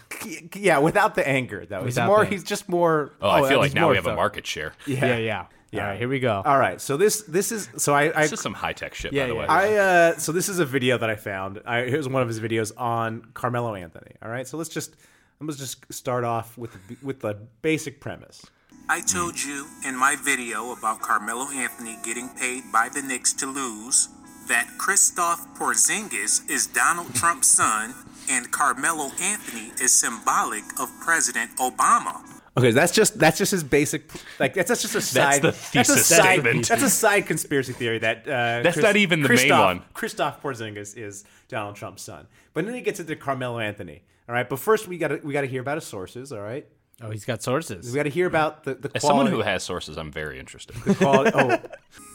Yeah, without the anger though. he's Without more. the- He's just more. Oh, I feel that like was now uh, more we have a thorough. market share. Yeah, yeah. Yeah. All right, here we go. All right. So this this is so I I, This is some high tech shit, Yeah, by the yeah. way. I uh so this is a video that I found. I here's one of his videos on Carmelo Anthony. All right. So let's just I'm gonna just start off with the, with the basic premise. I told you in my video about Carmelo Anthony getting paid by the Knicks to lose that Christoph Porzingis is Donald Trump's son and Carmelo Anthony is symbolic of President Obama. Okay, that's just that's just his basic like that's, that's just a side the that's a thesis side, statement. That's a side conspiracy theory that uh, That's not even the main Christoph- one. Christoph Porzingis is Donald Trump's son, but then he gets into Carmelo Anthony. All right, but first we got to we got to hear about his sources. All right, Oh, he's got sources. we got to hear about the the As quality. someone who has sources, I'm very interested. quality oh,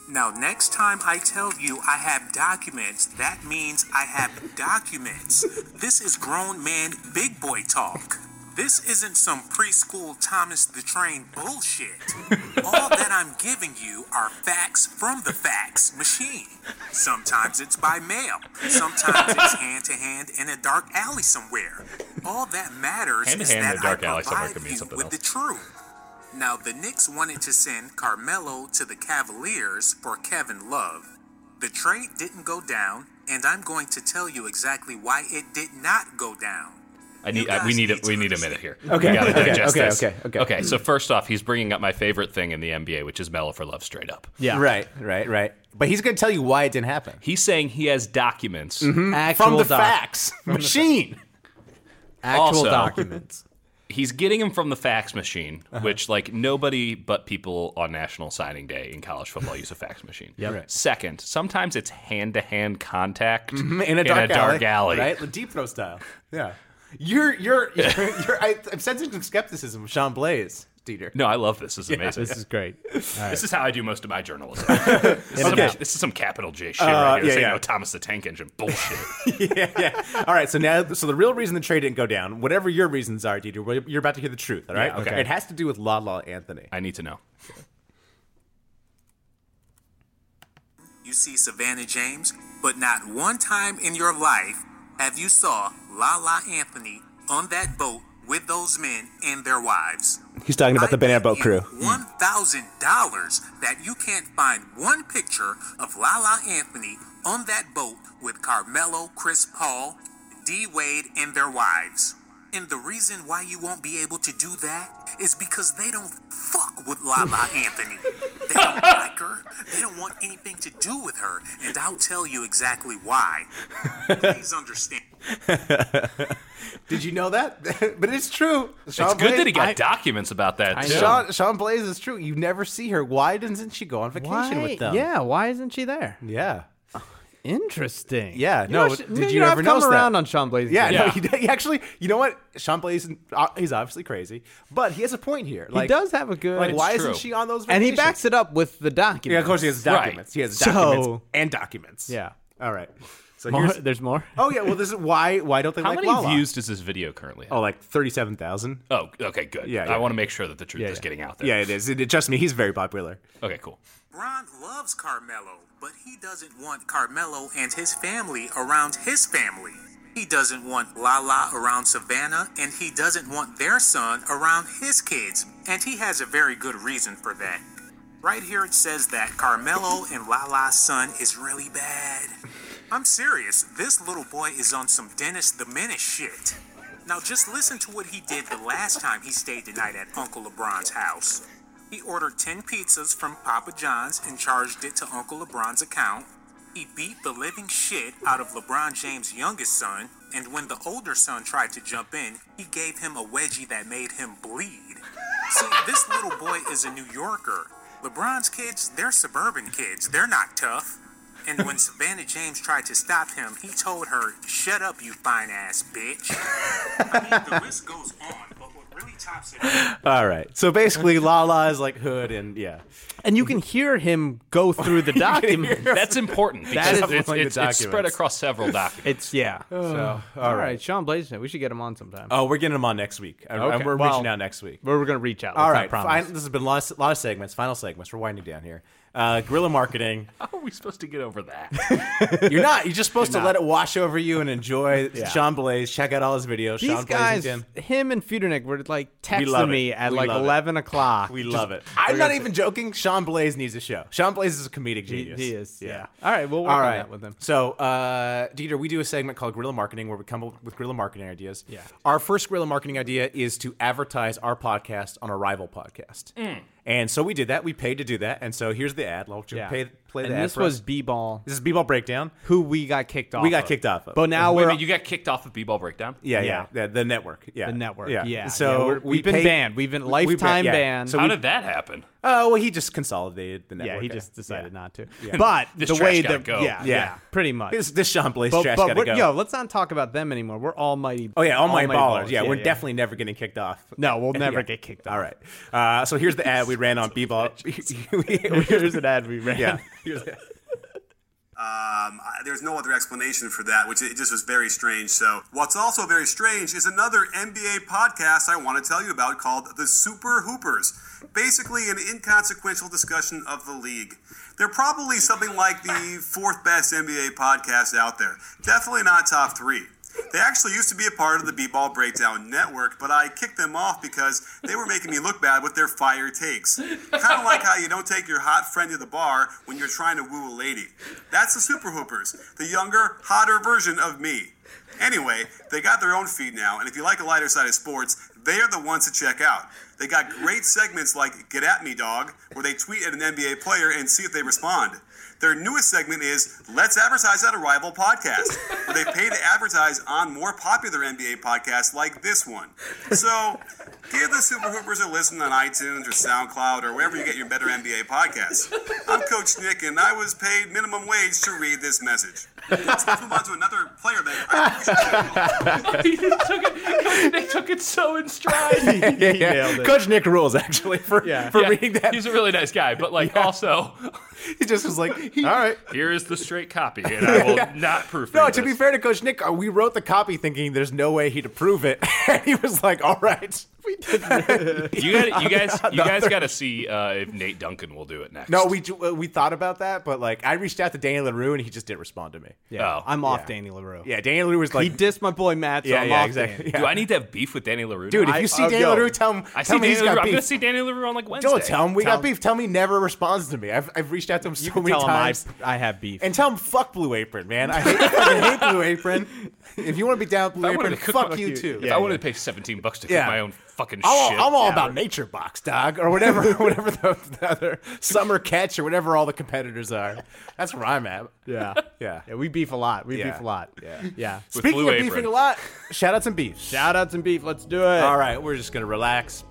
Now, next time I tell you I have documents, that means I have documents. This is grown man big boy talk. This isn't some preschool Thomas the Train bullshit. All that I'm giving you are facts from the fax machine. Sometimes it's by mail, sometimes it's hand to hand in a dark alley somewhere. All that matters is Hand-to-hand in that a I dark alley somewhere provide could mean you something with else. the truth. Now, the Knicks wanted to send Carmelo to the Cavaliers for Kevin Love. The trade didn't go down, and I'm going to tell you exactly why it did not go down. I need. You I, we guys need. A, need to we need a understand. minute here. Okay. We gotta Okay, digest okay, this. okay, okay. So first off, he's bringing up my favorite thing in the NBA, which is Mellow for Love, straight up. yeah. right, right, right. But he's going to tell you why it didn't happen. He's saying he has documents. Mm-hmm. Actual from the doc- facts machine. Actual Also- documents. He's getting them from the fax machine, Uh-huh. which like nobody but people on National Signing Day in college football use a fax machine. Yep. Right. Second, sometimes it's hand-to-hand contact Mm-hmm. in a dark, alley. right? The deep throw style. Yeah, you're you're you're. you're I, I'm sensing some skepticism of Sean Blaze, Dieter. No, I love this. This is amazing. This is great. This is how I do most of my journalism. this, is some, this is some capital J shit right here. This Uh, yeah, ain't yeah. no Thomas the Tank Engine bullshit. yeah, yeah. All right. So now, so the real reason the trade didn't go down, whatever your reasons are, Dieter, well, you're about to hear the truth. All right. Yeah, okay. It has to do with La La Anthony. I need to know. You see Savannah James, but not one time in your life have you saw Lala Anthony on that boat with those men and their wives. He's talking about the banana boat crew. One thousand dollars that you can't find one picture of Lala Anthony on that boat with Carmelo, Chris Paul, D Wade, and their wives. And the reason why you won't be able to do that is because they don't fuck with Lala Anthony. They don't like her. They don't want anything to do with her. And I'll tell you exactly why. Please understand. Did you know that? but it's true. It's Sean good that he got I- documents about that I too. know. Sean, Sean Blaze is true. You never see her. Why doesn't she go on vacation Why- with them? Yeah, why isn't she there? Yeah. Interesting. Yeah, You no. know, sh- did you you, know, I've ever come notice that? around on Sean Blaze. Yeah, Yeah. no, he, he actually. You know what? Sean Blaze, uh, he's obviously crazy, but he has a point here. He Like, does have a good. Like, why isn't she on those? And he vacations? backs it up with the documents. Yeah, of course he has documents. He has documents and documents. Yeah. All right. Uh, So More- here's, there's more. Oh yeah. Well, this is why. Why don't they How like many Lala? views does this video currently have? Oh, like thirty-seven thousand. Oh, okay, good. Yeah, I yeah. want to make sure that the truth is getting out there. Yeah, it is. It, trust me, he's very popular. Okay, cool. Bron loves Carmelo, but he doesn't want Carmelo and his family around his family. He doesn't want Lala around Savannah, and he doesn't want their son around his kids. And he has a very good reason for that. Right here it says that Carmelo and Lala's son is really bad. I'm serious, this little boy is on some Dennis the Menace shit. Now just listen to what he did the last time he stayed the night at Uncle LeBron's house. He ordered 10 pizzas from Papa John's and charged it to Uncle LeBron's account. He beat the living shit out of LeBron James' youngest son, and when the older son tried to jump in, he gave him a wedgie that made him bleed. See, this little boy is a New Yorker. LeBron's kids, they're suburban kids, they're not tough. And when Savannah James tried to stop him, he told her, Shut up, you fine ass bitch. I mean, the list goes on, but what really tops it all All right. So basically, Lala is like Hood, and yeah. And you can hear him go through the documents. That's important. That Because is it's, it's, it's spread across several documents. It's yeah. So, Oh. all all right. right, Sean Blazin. We should get him on sometime. Oh, we're getting him on next week. And- and Okay, we're well, reaching out next week. We're, we're gonna reach out. All right. promise. Fine. This has been a lot, of, lot of segments. Final segments. We're winding down here. Uh, guerrilla marketing. How are we supposed to get over that? You're not. You're just supposed You're to not. let it wash over you and enjoy Sean Blaze. Check out all his videos. These Sean guys, Blaze again. him and Feudernick were like love texting it. me at We like love it. eleven o'clock. We Just- love it. I'm We're not gonna- even joking. Sean Blaze needs a show. Sean Blaze is a comedic genius. he is, yeah. All right, we'll work on that with him. So, uh, Dieter, we do a segment called Guerrilla Marketing where we come up with guerrilla marketing ideas. Yeah. Our first guerrilla marketing idea is to advertise our podcast on a rival podcast. Mm. And so we did that. We paid to do that. And so here's the ad. I'll Yeah. pay, play and the ad this for was us. B ball. This is B-Ball Breakdown. Who we got kicked off? We got of. kicked off of. But now Wait a we're minute, you got kicked off of B-ball breakdown. Yeah, yeah, yeah, The network. Yeah. the network. Yeah. Yeah. So we're- we we've been paid- banned. We've been we- we've been- lifetime yeah. banned. So How we- did that happen? Oh, well, he just consolidated the network. yeah, he I- just decided not to. Yeah. But This the trash way gotta that go. Yeah, Yeah. yeah, pretty much. This- this Sean Blaze but, trash but gotta we're- go. Yo, let's not talk about them anymore. We're almighty. Oh yeah, all my almighty ballers. Yeah, we're definitely never getting kicked off. No, we'll Yeah. never get kicked All right. Uh, so here's the ad we ran on B-ball. here's an ad we ran. Yeah. Um, I- there's no other explanation for that, which it just was very strange. So, what's also very strange is another NBA podcast I want to tell you about called The Super Hoopers. Basically, an inconsequential discussion of the league. They're probably something like the fourth best NBA podcast out there. Definitely not top three. They actually used to be a part of the B Ball Breakdown Network, but I kicked them off because they were making me look bad with their fire takes. Kind of like how you don't take your hot friend to the bar when you're trying to woo a lady. That's the Super Hoopers, the younger, hotter version of me. Anyway, they got their own feed now, and if you like a lighter side of sports, they are the ones to check out. They got great segments like Get At Me Dog, where they tweet at an NBA player and see if they respond. Their newest segment is Let's Advertise at a Rival Podcast, where they pay to advertise on more popular NBA podcasts like this one. So give the Super Hoopers a listen on iTunes or SoundCloud or wherever you get your better NBA podcasts. I'm Coach Nick, and I was paid minimum wage to read this message. Let's move on to another player that he just took it. Coach Nick took it so in stride. yeah, yeah. Coach Nick rules actually for for Yeah. reading that. He's a really nice guy, but like also He just was like, he, all right, here is the straight copy, and I will not proof. No, to be fair to Coach Nick, uh, we wrote the copy thinking there's no way he'd approve it, and he was like, all right. We did it. you, gotta, you guys, you guys got to see uh, if Nate Duncan will do it next. No, we ju- uh, we thought about that, but like I reached out to Danny Larue and he just didn't respond to me. Yeah, I'm off Danny LaRue. Yeah, Danny LaRue was like, he dissed my boy Matt. So Yeah, I'm yeah, off exactly. Danny. Do I need to have beef with Danny Larue? Dude, if I- you see uh, Danny yo, LaRue, tell him. I see tell him Danny he's LaRue. got I'm gonna beef. see Danny Larue on like Wednesday. Don't tell him we Tell got beef. Tell him he never responds to me. I've, I've reached out to him so can many tell him I- times. I have beef. And tell him fuck Blue Apron, man. I hate, I fucking hate Blue Apron. If you want to be down with If I Blue wanted Apron, to cook fuck my- you too. If I wanted to pay 17 bucks to cook Yeah. my own fucking I'm all, shit, I'm all yeah. about Nature Box, dog, or whatever, whatever the, the other summer catch or whatever all the competitors are. That's where I'm at. Yeah. yeah, yeah. We beef a lot. We Yeah. beef a lot. Yeah, yeah. With Speaking Blue of Apron. beefing a lot, shout out some beefs. Shout outs and beef. Let's do it. All right, we're just gonna relax.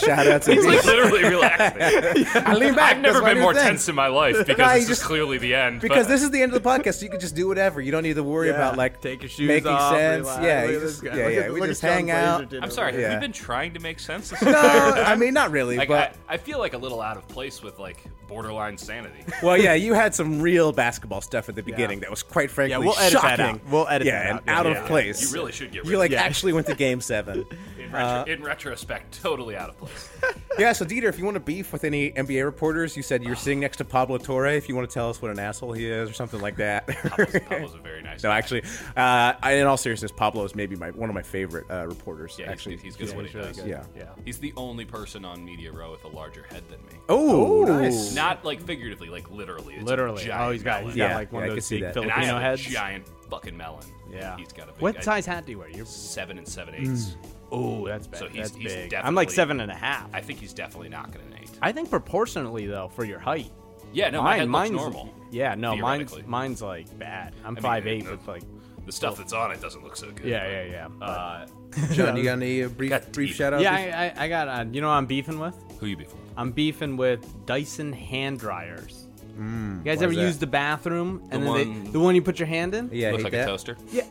shout out some He's like beefs. literally relaxing. I lean back. I've never That's my been new more thing. tense in my life because Nah, you this just- is clearly the end. Because but- this is the end of the podcast, so you can just do whatever. You don't need to worry Yeah. about like Take your shoes making off, sense. relax. Yeah, Look you at this just, guy. yeah, Look yeah. at- we look at just John hang Fraser out. did I'm sorry, have Yeah. you been trying to make sense? This No, entire I time? mean not really, Like, but I, I feel like a little out of place with like borderline sanity. well, yeah, you had some real basketball stuff at the beginning that was quite frankly Yeah, we'll edit that shocking. out. We'll edit yeah, that and out. Yeah, out yeah, of yeah. place. You really should get rid You of like Uh, that. actually went to game seven. In, retro- in retrospect, totally out of place. yeah, so Dieter, if you want to beef with any NBA reporters, you said you're sitting next to Pablo Torre. If you want to tell us what an asshole he is or something like that. Pablo's a very nice No, guy. actually, uh, I- in all seriousness, Pablo is maybe my one of my favorite uh, reporters. Yeah, he's- actually, he's, good at what he does. Yeah. He's the only person on Media Row with a larger head than me. Oh, nice. Not like figuratively, like literally. It's a Literally. giant Oh, he's got- he's melon. got, Yeah, like, one yeah, of I those can see big that. and I Filipino have heads. a giant fucking melon. Yeah. He's got a big. What I- size hat do you wear? You're, Seven and seven eighths. oh, that's bad. So he's- that's he's big. I'm definitely- like seven and a half. I think he's definitely not going to eight. I think proportionally though, for your height. Yeah, no, my head looks normal, Yeah, no, mine's theoretically. mine's like bad. I'm I mean, five eight, uh, but like The stuff that's on it doesn't look so good. yeah, yeah, yeah. yeah. Uh, John, you got any uh, brief, Got brief deep. shout outs? yeah, I, I, I got. Uh, you know, what I'm beefing with. who you before? I'm beefing with Dyson hand dryers. you guys Mm, why ever is that? use the bathroom and The then they- one- the one you put your hand in? yeah, I Looks hate like that. a toaster. Yeah.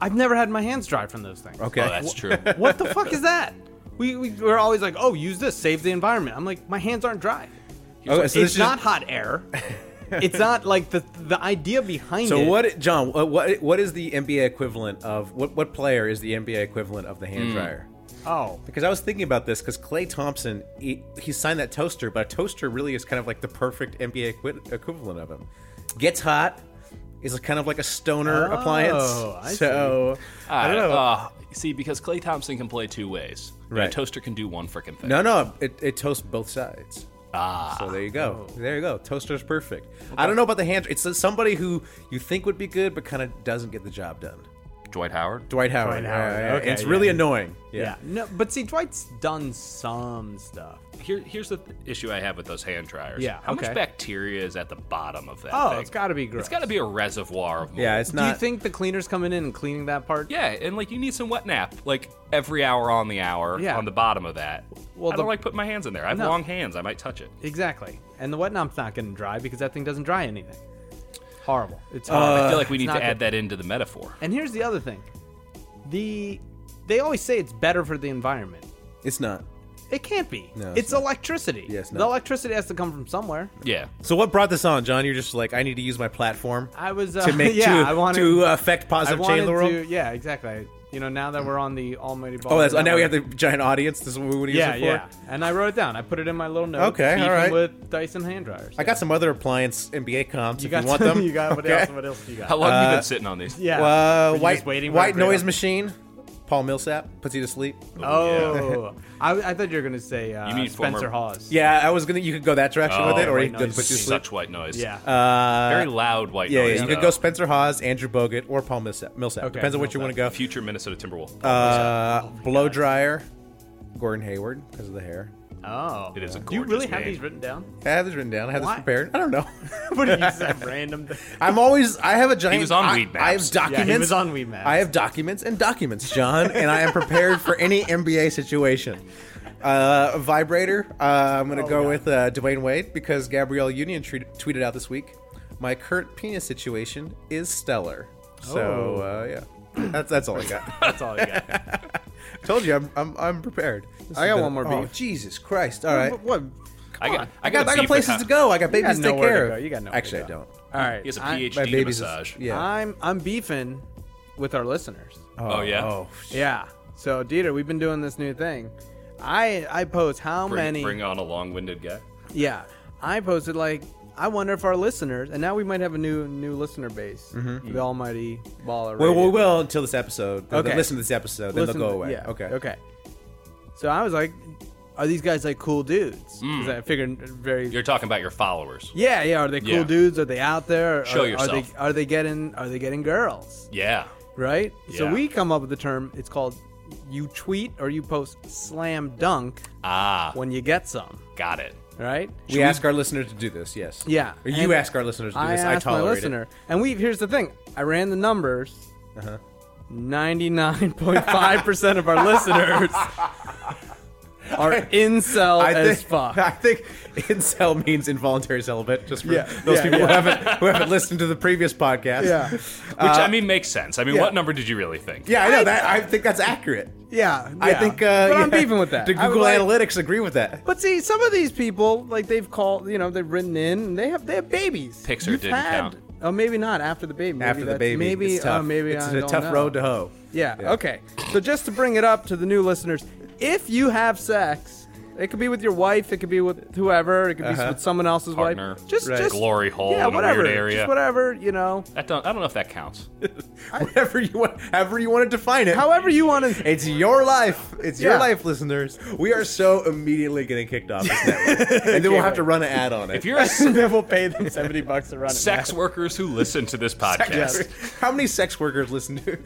I've never had my hands dry from those things. Okay. Oh, that's true. What the fuck is that? We, we we're always like, oh, use this, save the environment. I'm like, my hands aren't dry. Okay, so this it's is- not hot air. it's not like the the idea behind So it. what, John? uh, What what is the NBA equivalent of what? What player is the NBA equivalent of the Hmm. hand dryer? Oh, Because I was thinking about this because Clay Thompson he, he signed that toaster, but a toaster really is kind of like the perfect NBA equi- equivalent of him. Gets hot is kind of like a stoner Oh, appliance. I so I don't know. Uh, see, because Clay Thompson can play two ways. and Right. A toaster can do one freaking thing. no, no, it, it toasts both sides. Ah, so there you go. Oh. There you go. Toaster's perfect. I don't know about the hand. It's somebody who you think would be good, but kind of doesn't get the job done. Dwight Howard. Dwight Howard. Dwight Howard. Yeah, yeah, yeah. Okay, it's yeah. really annoying. yeah. No, but see, Dwight's done some stuff. Here, here's the th- issue I have with those hand dryers. Yeah, How okay. much bacteria is at the bottom of that? Oh, thing? it's gotta be gross. It's got to be a reservoir of mold. Yeah, it's Do you not. think the cleaners coming in and cleaning that part? Yeah, and like you need some wet nap, like every hour on the hour Yeah. on the bottom of that. Well, Well, I don't the- like putting my hands in there. I have No. long hands. I might touch it. Exactly. And the whatnot's not getting dry because that thing doesn't dry anything. Horrible. It's horrible. I feel like we It's need not to add good. that into the metaphor. And here's the other thing. The they always say it's better for the environment. It's not. It can't be. No, it's it's not. electricity. Yeah, it's the not. electricity has to come from somewhere. Yeah. So what brought this on, John? You're just like, I need to use my platform I was uh, to make yeah, to, I wanted to affect I positive change in wanted the world. to yeah, exactly. You know, now that we're on the almighty ball. oh, that's, now we have the giant audience. This is what we want to use yeah, it for. yeah. And I wrote it down. I put it in my little note. Okay, beefing all right. With Dyson hand dryers. I got some other appliance NBA comps. You if got you want some- them, You got what Okay. else? What else do you got? How long have you been sitting on these? Yeah. Uh, Were you white just waiting for white it to noise break up? machine. Paul Millsap puts you to sleep. Oh, I, I thought you were gonna say uh, You mean former- Spencer Hawes. Yeah, I was gonna. You could go that direction Oh, with it, or white he could put you noise to machine. sleep. Such white noise. yeah. Uh, Very loud white Yeah, noise. yeah. You could though. go Spencer Hawes, Andrew Bogut, or Paul Millsap. Millsap. Okay, Depends on what you want to Millsap. Oh go. Future Minnesota Timberwolf. Uh, blow dryer, Gordon Hayward because of the hair. oh, It is a Do you gorgeous really have name. these written down? I have this written down. I have Why? this prepared. I don't know. what are you saying? Random. thing? I'm always. I have a giant. was on I, Weed I have Maps. he documents. was on Weed Maps. I have documents and documents, John, and I am prepared for any NBA situation. Uh, vibrator. Uh, I'm Oh, going to go with uh, Dwayne Wade because Gabrielle Union tre- tweeted out this week. My current penis situation is stellar. So Oh. uh, yeah, that's that's all I got. That's all I got. Told you I'm I'm, I'm prepared. I got one more Oh, beef. Jesus Christ! All right, What? I got, I got, I got places to go. I got You got babies to take nowhere to care go. of. You got nowhere Actually, to I go. don't. All right, He has a I- PhD my in baby's- massage. yeah. I'm I'm beefing with our listeners. Oh, Oh, yeah? oh, yeah. So Dieter, we've been doing this new thing. I I post how bring, many. Bring on a long-winded guy. Yeah, I posted like I wonder if our listeners, and now we might have a new new listener base. Mm-hmm. Mhm. The Almighty Baller. Well, Radio. we will until this episode. They'll- they'll listen to this episode, then they'll go away. yeah, Okay. Okay. So I was like, are these guys like cool dudes? 'Cause I figured very. Mm. You're talking about your followers. Yeah, yeah. Are they cool Yeah. dudes? Are they out there? Are, Show Are yourself. they, are they getting Are they getting girls? Yeah. Right. So Yeah. we come up with the term. It's called you tweet or you post slam dunk. Ah. When you get some. Got it. Right. We ask our listeners to do this. Yes. Yeah. Or and you ask our listeners to do I this. I asked tolerate my listener. it. And we here's the thing. I ran the numbers. Uh-huh. 99.5% of our listeners are incel I as think- fuck. I think incel means involuntary celibate. Just for Yeah, those yeah, people who yeah. haven't who haven't listened to the previous podcast. Yeah. Which I mean makes sense. I mean, Uh, yeah. what number did you really think? Yeah, I know that. I think that's accurate. Yeah, I yeah. think. Uh, But I'm yeah. beefing with that. Do I would Google like- Analytics agree with that? But see, some of these people, like they've called, you know, they've written in, and they have they have babies. Pixar You've didn't had- count. Oh, maybe not after the baby. Maybe After the that's- baby, maybe it's tough. uh, maybe it's I a don't tough know. road to hoe. Yeah, Yeah. Okay. So just to bring it up to the new listeners, if you have sex, it could be with your wife, it could be with whoever, it could be Uh-huh. with someone else's Partner. wife. Just, Right. just Glory hole Yeah, in a whatever. weird area. Just whatever you know. That don't, I don't know if that counts. Whatever you want, however you want to define it. However you want to. It's your life. It's your Yeah. life, listeners. We are so immediately getting kicked off this network, and then we'll have to run an ad on it. If you're a s- then we'll pay them seventy bucks to run it. Sex workers who listen to this Yes. podcast. How many sex workers listen to?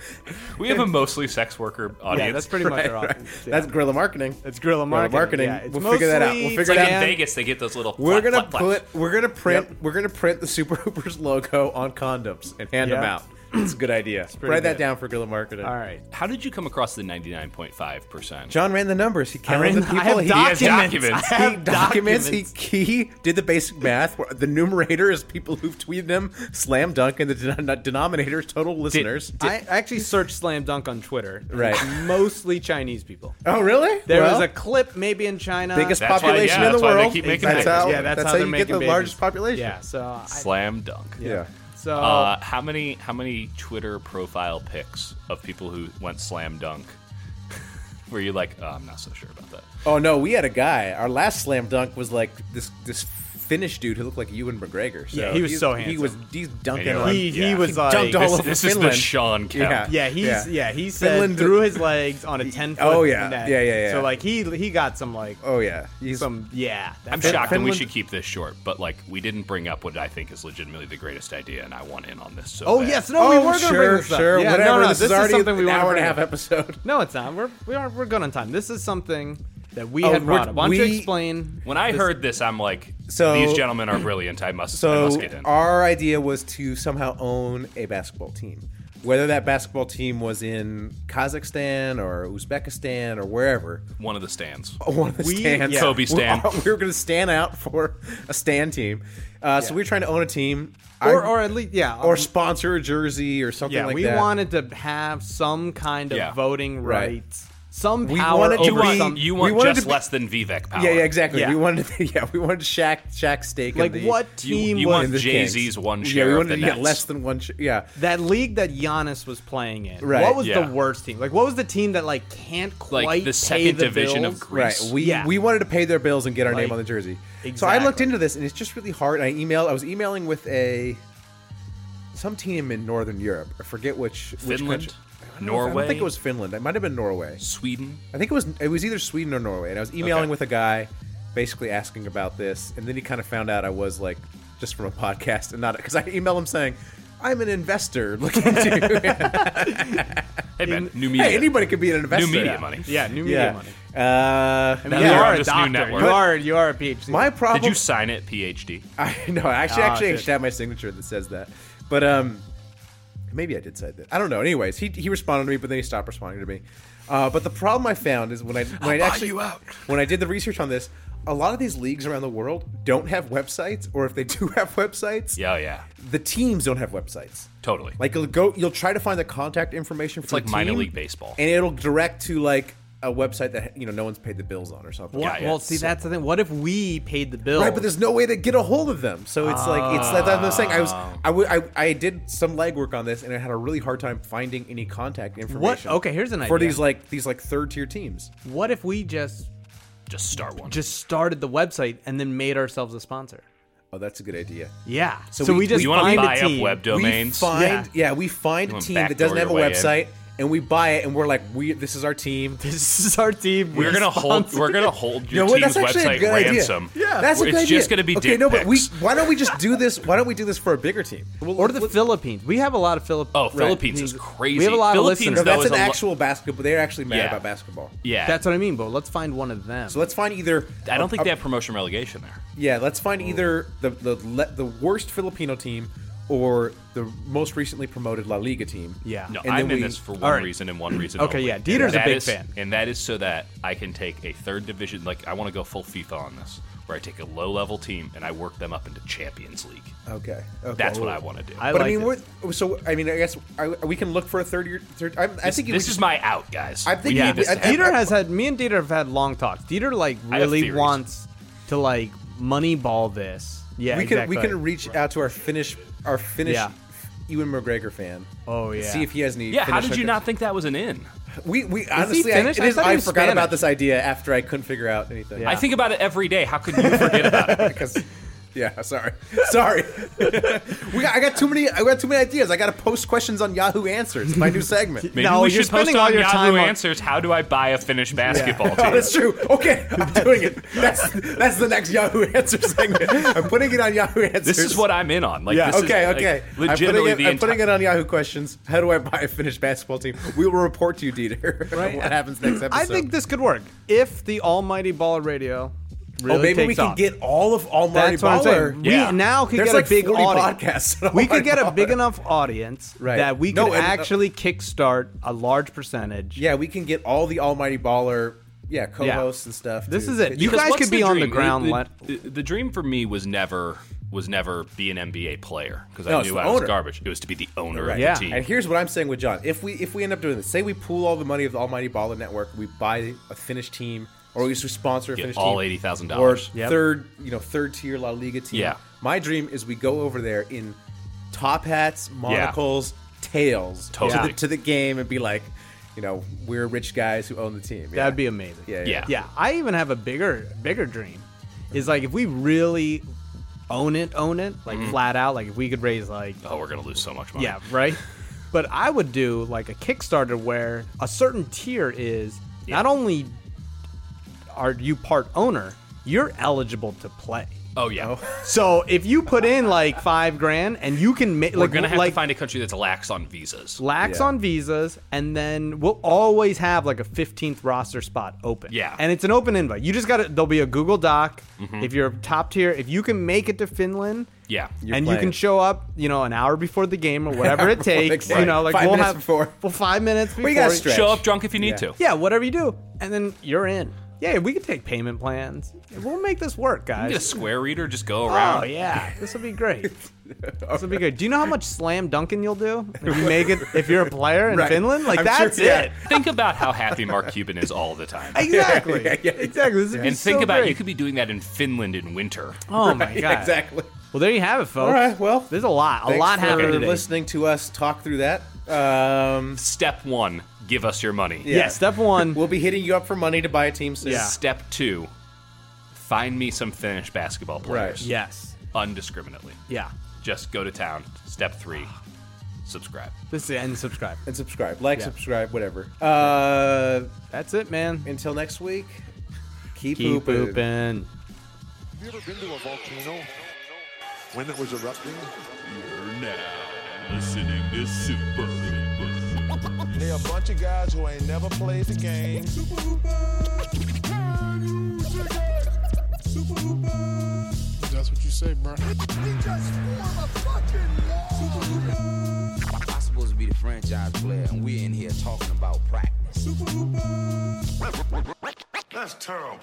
We have a mostly sex worker audience. that's pretty much our audience, That's guerrilla marketing. That's guerrilla marketing. we'll figure that out. We'll figure it's it like out. in Vegas, they get those little. We're flap, gonna flap, flap. put. We're gonna print. We're gonna print the Super Hoopers logo on condoms and hand them Yeah. out. It's a good idea. Write that down for guerrilla marketing. All right. How did you come across the 99.5%? John ran the numbers. He counted ran the the- I people. have he documents. He has documents. He I have documents. documents. He, he did the basic math. where The numerator is people who've tweeted him, slam dunk, and the denom- denominator is total listeners. I actually searched slam dunk on Twitter. Right. Mostly Chinese people. Oh, really? There Well- was a clip maybe in China. Biggest That's why- population yeah, in the that's why they world. keep making That's babies. how- yeah, that's, that's how, how they're you get making the babies. largest population. Yeah, so I, Slam dunk. Yeah. Yeah. So- uh, how many how many Twitter profile pics of people who went slam dunk? Were you like, oh, I'm not so sure about that? Oh no, we had a guy. Our last slam dunk was like this this Finnish dude who looked like Ewan McGregor. So Yeah, he was he's- so He handsome. was he's dunking. And you're on- like, He- he yeah. was dunked like- all This- over this is the Finland. Sean Kemp. Yeah, yeah, he's yeah, he said Finland threw his legs on a ten foot. Oh, yeah. net. Yeah, yeah, yeah. So like he he got some like oh yeah he's some yeah. I'm that's- shocked, and we should keep this short. But like, we didn't bring up what I think is legitimately the greatest idea, and I want in on this. So Oh bad. yes, no, we were gonna bring this up. sure, yeah, whatever, No, no, this is this already something we an wanna hour and a bring half up. episode. No, it's not. We're we are we're good on time. This is something that we Oh, had brought we're- up. Why don't you we- explain? When I this- heard this, I'm like, So- these gentlemen are brilliant. I must, I So must get in. our idea was to somehow own a basketball team, whether that basketball team was in Kazakhstan or Uzbekistan or wherever. One of the stands. One of the stands. Kobe We- stand. We, were going to stand out for a stand team. Uh, So we were trying to own a team, Or- I- or at least- yeah, or um, sponsor a jersey or something yeah, like we that. wanted to have some kind of Yeah. voting Right. rights, some We power wanted to over be- some. you we want wanted just to be- less than Vivek power. Yeah, yeah, exactly. Yeah. We wanted, to, yeah, we wanted Shaq, Shaq stake. in Like, the- what You- team you was- want in the Jay-Z's Kings. one Yeah, share we of wanted the to get Nets. less than one. Sh- yeah, that league that Giannis was playing in. Right. What was Yeah. the worst team? Like, what was the team that like can't quite Like, the pay second the division of bills? Right. We we wanted to pay their bills and get our name on the jersey. So I looked into this and it's just really hard. I emailed. I was emailing with a some team in Northern Europe. I forget which which Finland? country. I don't know if- I Norway? don't think it was Finland. It might have been Norway. Sweden. I think it was it was either Sweden or Norway. And I was emailing with a guy, basically asking about this, and then he kind of found out I was like just from a podcast and not because I emailed him saying. I'm an investor looking to. hey man, new media. Hey, anybody could be an investor. New media money. Yeah, new media money. Uh, I mean, you are a doctor. You are you are a PhD. My problem. Did you sign it, PhD? I know. Ah, I actually, actually, shit. actually have my signature that says that. But um, maybe I did say that. I don't know. Anyways, he, he responded to me, but then he stopped responding to me. Uh, but the problem I found is when I when I buy actually you out. when I did the research on this, a lot of these leagues around the world don't have websites, or if they do have websites, Yeah, oh, yeah, the teams don't have websites. totally. Like you'll go, you'll try to find the contact information for It's like the minor team, league baseball. and it'll direct to like a website that you know no one's paid the bills on or something. What- Well, see, that's the thing. What if we paid the bill? Right, but there's no way to get a hold of them. So it's like it's like I'm saying. I was Oh. I, w- I I did some legwork on this, and I had a really hard time finding any contact information. Okay, here's an for idea. these like these like third tier teams. What if we just just start one? Just started the website and then made ourselves a sponsor. Oh, that's a good idea. Yeah. So, we, just You wanna find buy a up team. web domains? We Yeah. find, yeah. we find You a wanna team that backdoor doesn't have a your way in. website, and we buy it, and we're like, we this is our team. This is our team. We're gonna hold. We're gonna hold your team's website ransom. Yeah, that's a it's good idea. just gonna be okay. dick no, but pics. we. Why don't we just do this? Why don't we do this for a bigger team? or the Philippines. We have a lot of Philippines. Oh, Philippines is crazy. We have a lot Philippines, of No, listeners. that's an actual basketball. They're actually mad Yeah. about basketball. Yeah. That's what I mean. But let's find one of them. So let's find either. I don't a- think a- they have promotion relegation there. Yeah, let's find either the the le- the worst Filipino team or the most recently promoted La Liga team. Yeah. No, And I'm then in we- this for one All right. reason and one reason. Okay, only. yeah, Dieter's And a that big is- fan. and that is so that I can take a third division. Like I want to go full FIFA on this, where I take a low level team and I work them up into Champions League. Okay. okay. That's Oh. what I want to do. but I mean, we're, so I mean, I guess I, we can look for a third year. Third, I, I This- think you- this is my out, guys. I think yeah, you- I- I- Dieter has had me and Dieter have had long talks. Dieter like I have really theories. wants to like moneyball this. Yeah, we can exactly. we can reach out to our Finnish our Finnish Yeah. Ewan McGregor fan. Oh and yeah. See if he has any. Yeah, how Finnish did you hookups. not think that was an in? We we he honestly, I, Finnish? it I is, thought he I was forgot about Spanish. this idea after I couldn't figure out anything. I think about it every day. How could you forget about it? because yeah, sorry, sorry. we got, I got too many. I got too many ideas. I got to post questions on Yahoo Answers. My new segment. Maybe we should post on Yahoo Answers. How do I buy a Finnish basketball Oh, team? that's true. Okay, I'm doing it. That's that's the next Yahoo Answer segment. I'm putting it on Yahoo Answers. This is what I'm in on. Like, yeah. this is, okay. like, okay. legitimately, I'm, putting the it, I'm entire. putting it on Yahoo questions. How do I buy a Finnish basketball team? We will report to you, Dieter. Right. what happens next episode? I think this could work if the Almighty Baller Radio. Really oh, maybe takes we can off. get all of Almighty That's what I'm Baller. saying. We now could There's get like a big 40 audience. Podcasts on we could Almighty get a Baller. big enough audience Right. that we could No, and, uh, actually kickstart a large percentage. Yeah, we can get all the Almighty Baller, yeah, co-hosts and stuff. This to- is it. You Because guys what's could be on the dream? ground The, le- the- the dream for me was never was never be an NBA player because No, I it's knew the I was owner. garbage. It was to be the owner Right. of the team. And here's what I'm saying with John: if we if we end up doing this, say we pool all the money of the Almighty Baller Network, we buy a Finnish team, or we sponsor a Get Finnish all team, $80,000. or Yep. third, you know, third tier La Liga team. Yeah. My dream is we go over there in top hats, monocles, tails Totally. to, the, to the game and be like, you know, we're rich guys who own the team. Yeah. That'd be amazing. Yeah, yeah. yeah. I even have a bigger bigger dream. Is like if we really own it, own it, like Mm-hmm. flat out, like if we could raise like oh, we're gonna lose so much money. Yeah, right? but I would do like a Kickstarter where a certain tier is not only are you part owner, you're eligible to play. Oh yeah. So if you put in like five grand and you can make We're like gonna have like to find a country that's lax on visas. lax on visas, and then we'll always have like a 15th roster spot open. Yeah. And it's an open invite. You just got to, there'll be a Google Doc. Mhm. If you're top tier, if you can make it to Finland, Yeah. and you can show up, you know, an hour before the game or whatever it takes. Right. You know, like Five we'll minutes have Well, five minutes before. We gotta stretch. Show up drunk if you need Yeah. to. Yeah, whatever you do, and then you're in. Yeah, we can take payment plans. We'll make this work, You can get a guys. square reader, just go around. Oh yeah, this will be great. This will be good. Do you know how much slam dunking you'll do if you make it? If you're a player in Right. Finland, like I'm sure- that's yeah. it. Think about how happy Mark Cuban is all the time. Exactly. Exactly. This would be And think so about great. you could be doing that in Finland in winter. Oh my god. Well, there you have it, folks. All right, well, there's a lot. A Thanks lot for happened today. listening to us talk through that. Um, Step one: give us your money. Yeah, step one. we'll be hitting you up for money to buy a team soon. Step two: find me some Finnish basketball players. Yes. Undiscriminately. Yeah. Just go to town. Step three: subscribe. This and subscribe and subscribe, like, Yeah. subscribe, whatever. Uh, that's it, man. Until next week, keep, Keep hooping. Have ooping. you ever been to a volcano when it was erupting? You're now listening to Super Hooper. They a bunch of guys who ain't never played the game. Super Super That's what you say, bro. I'm supposed to be the franchise player, and we're in here talking about practice. That's terrible.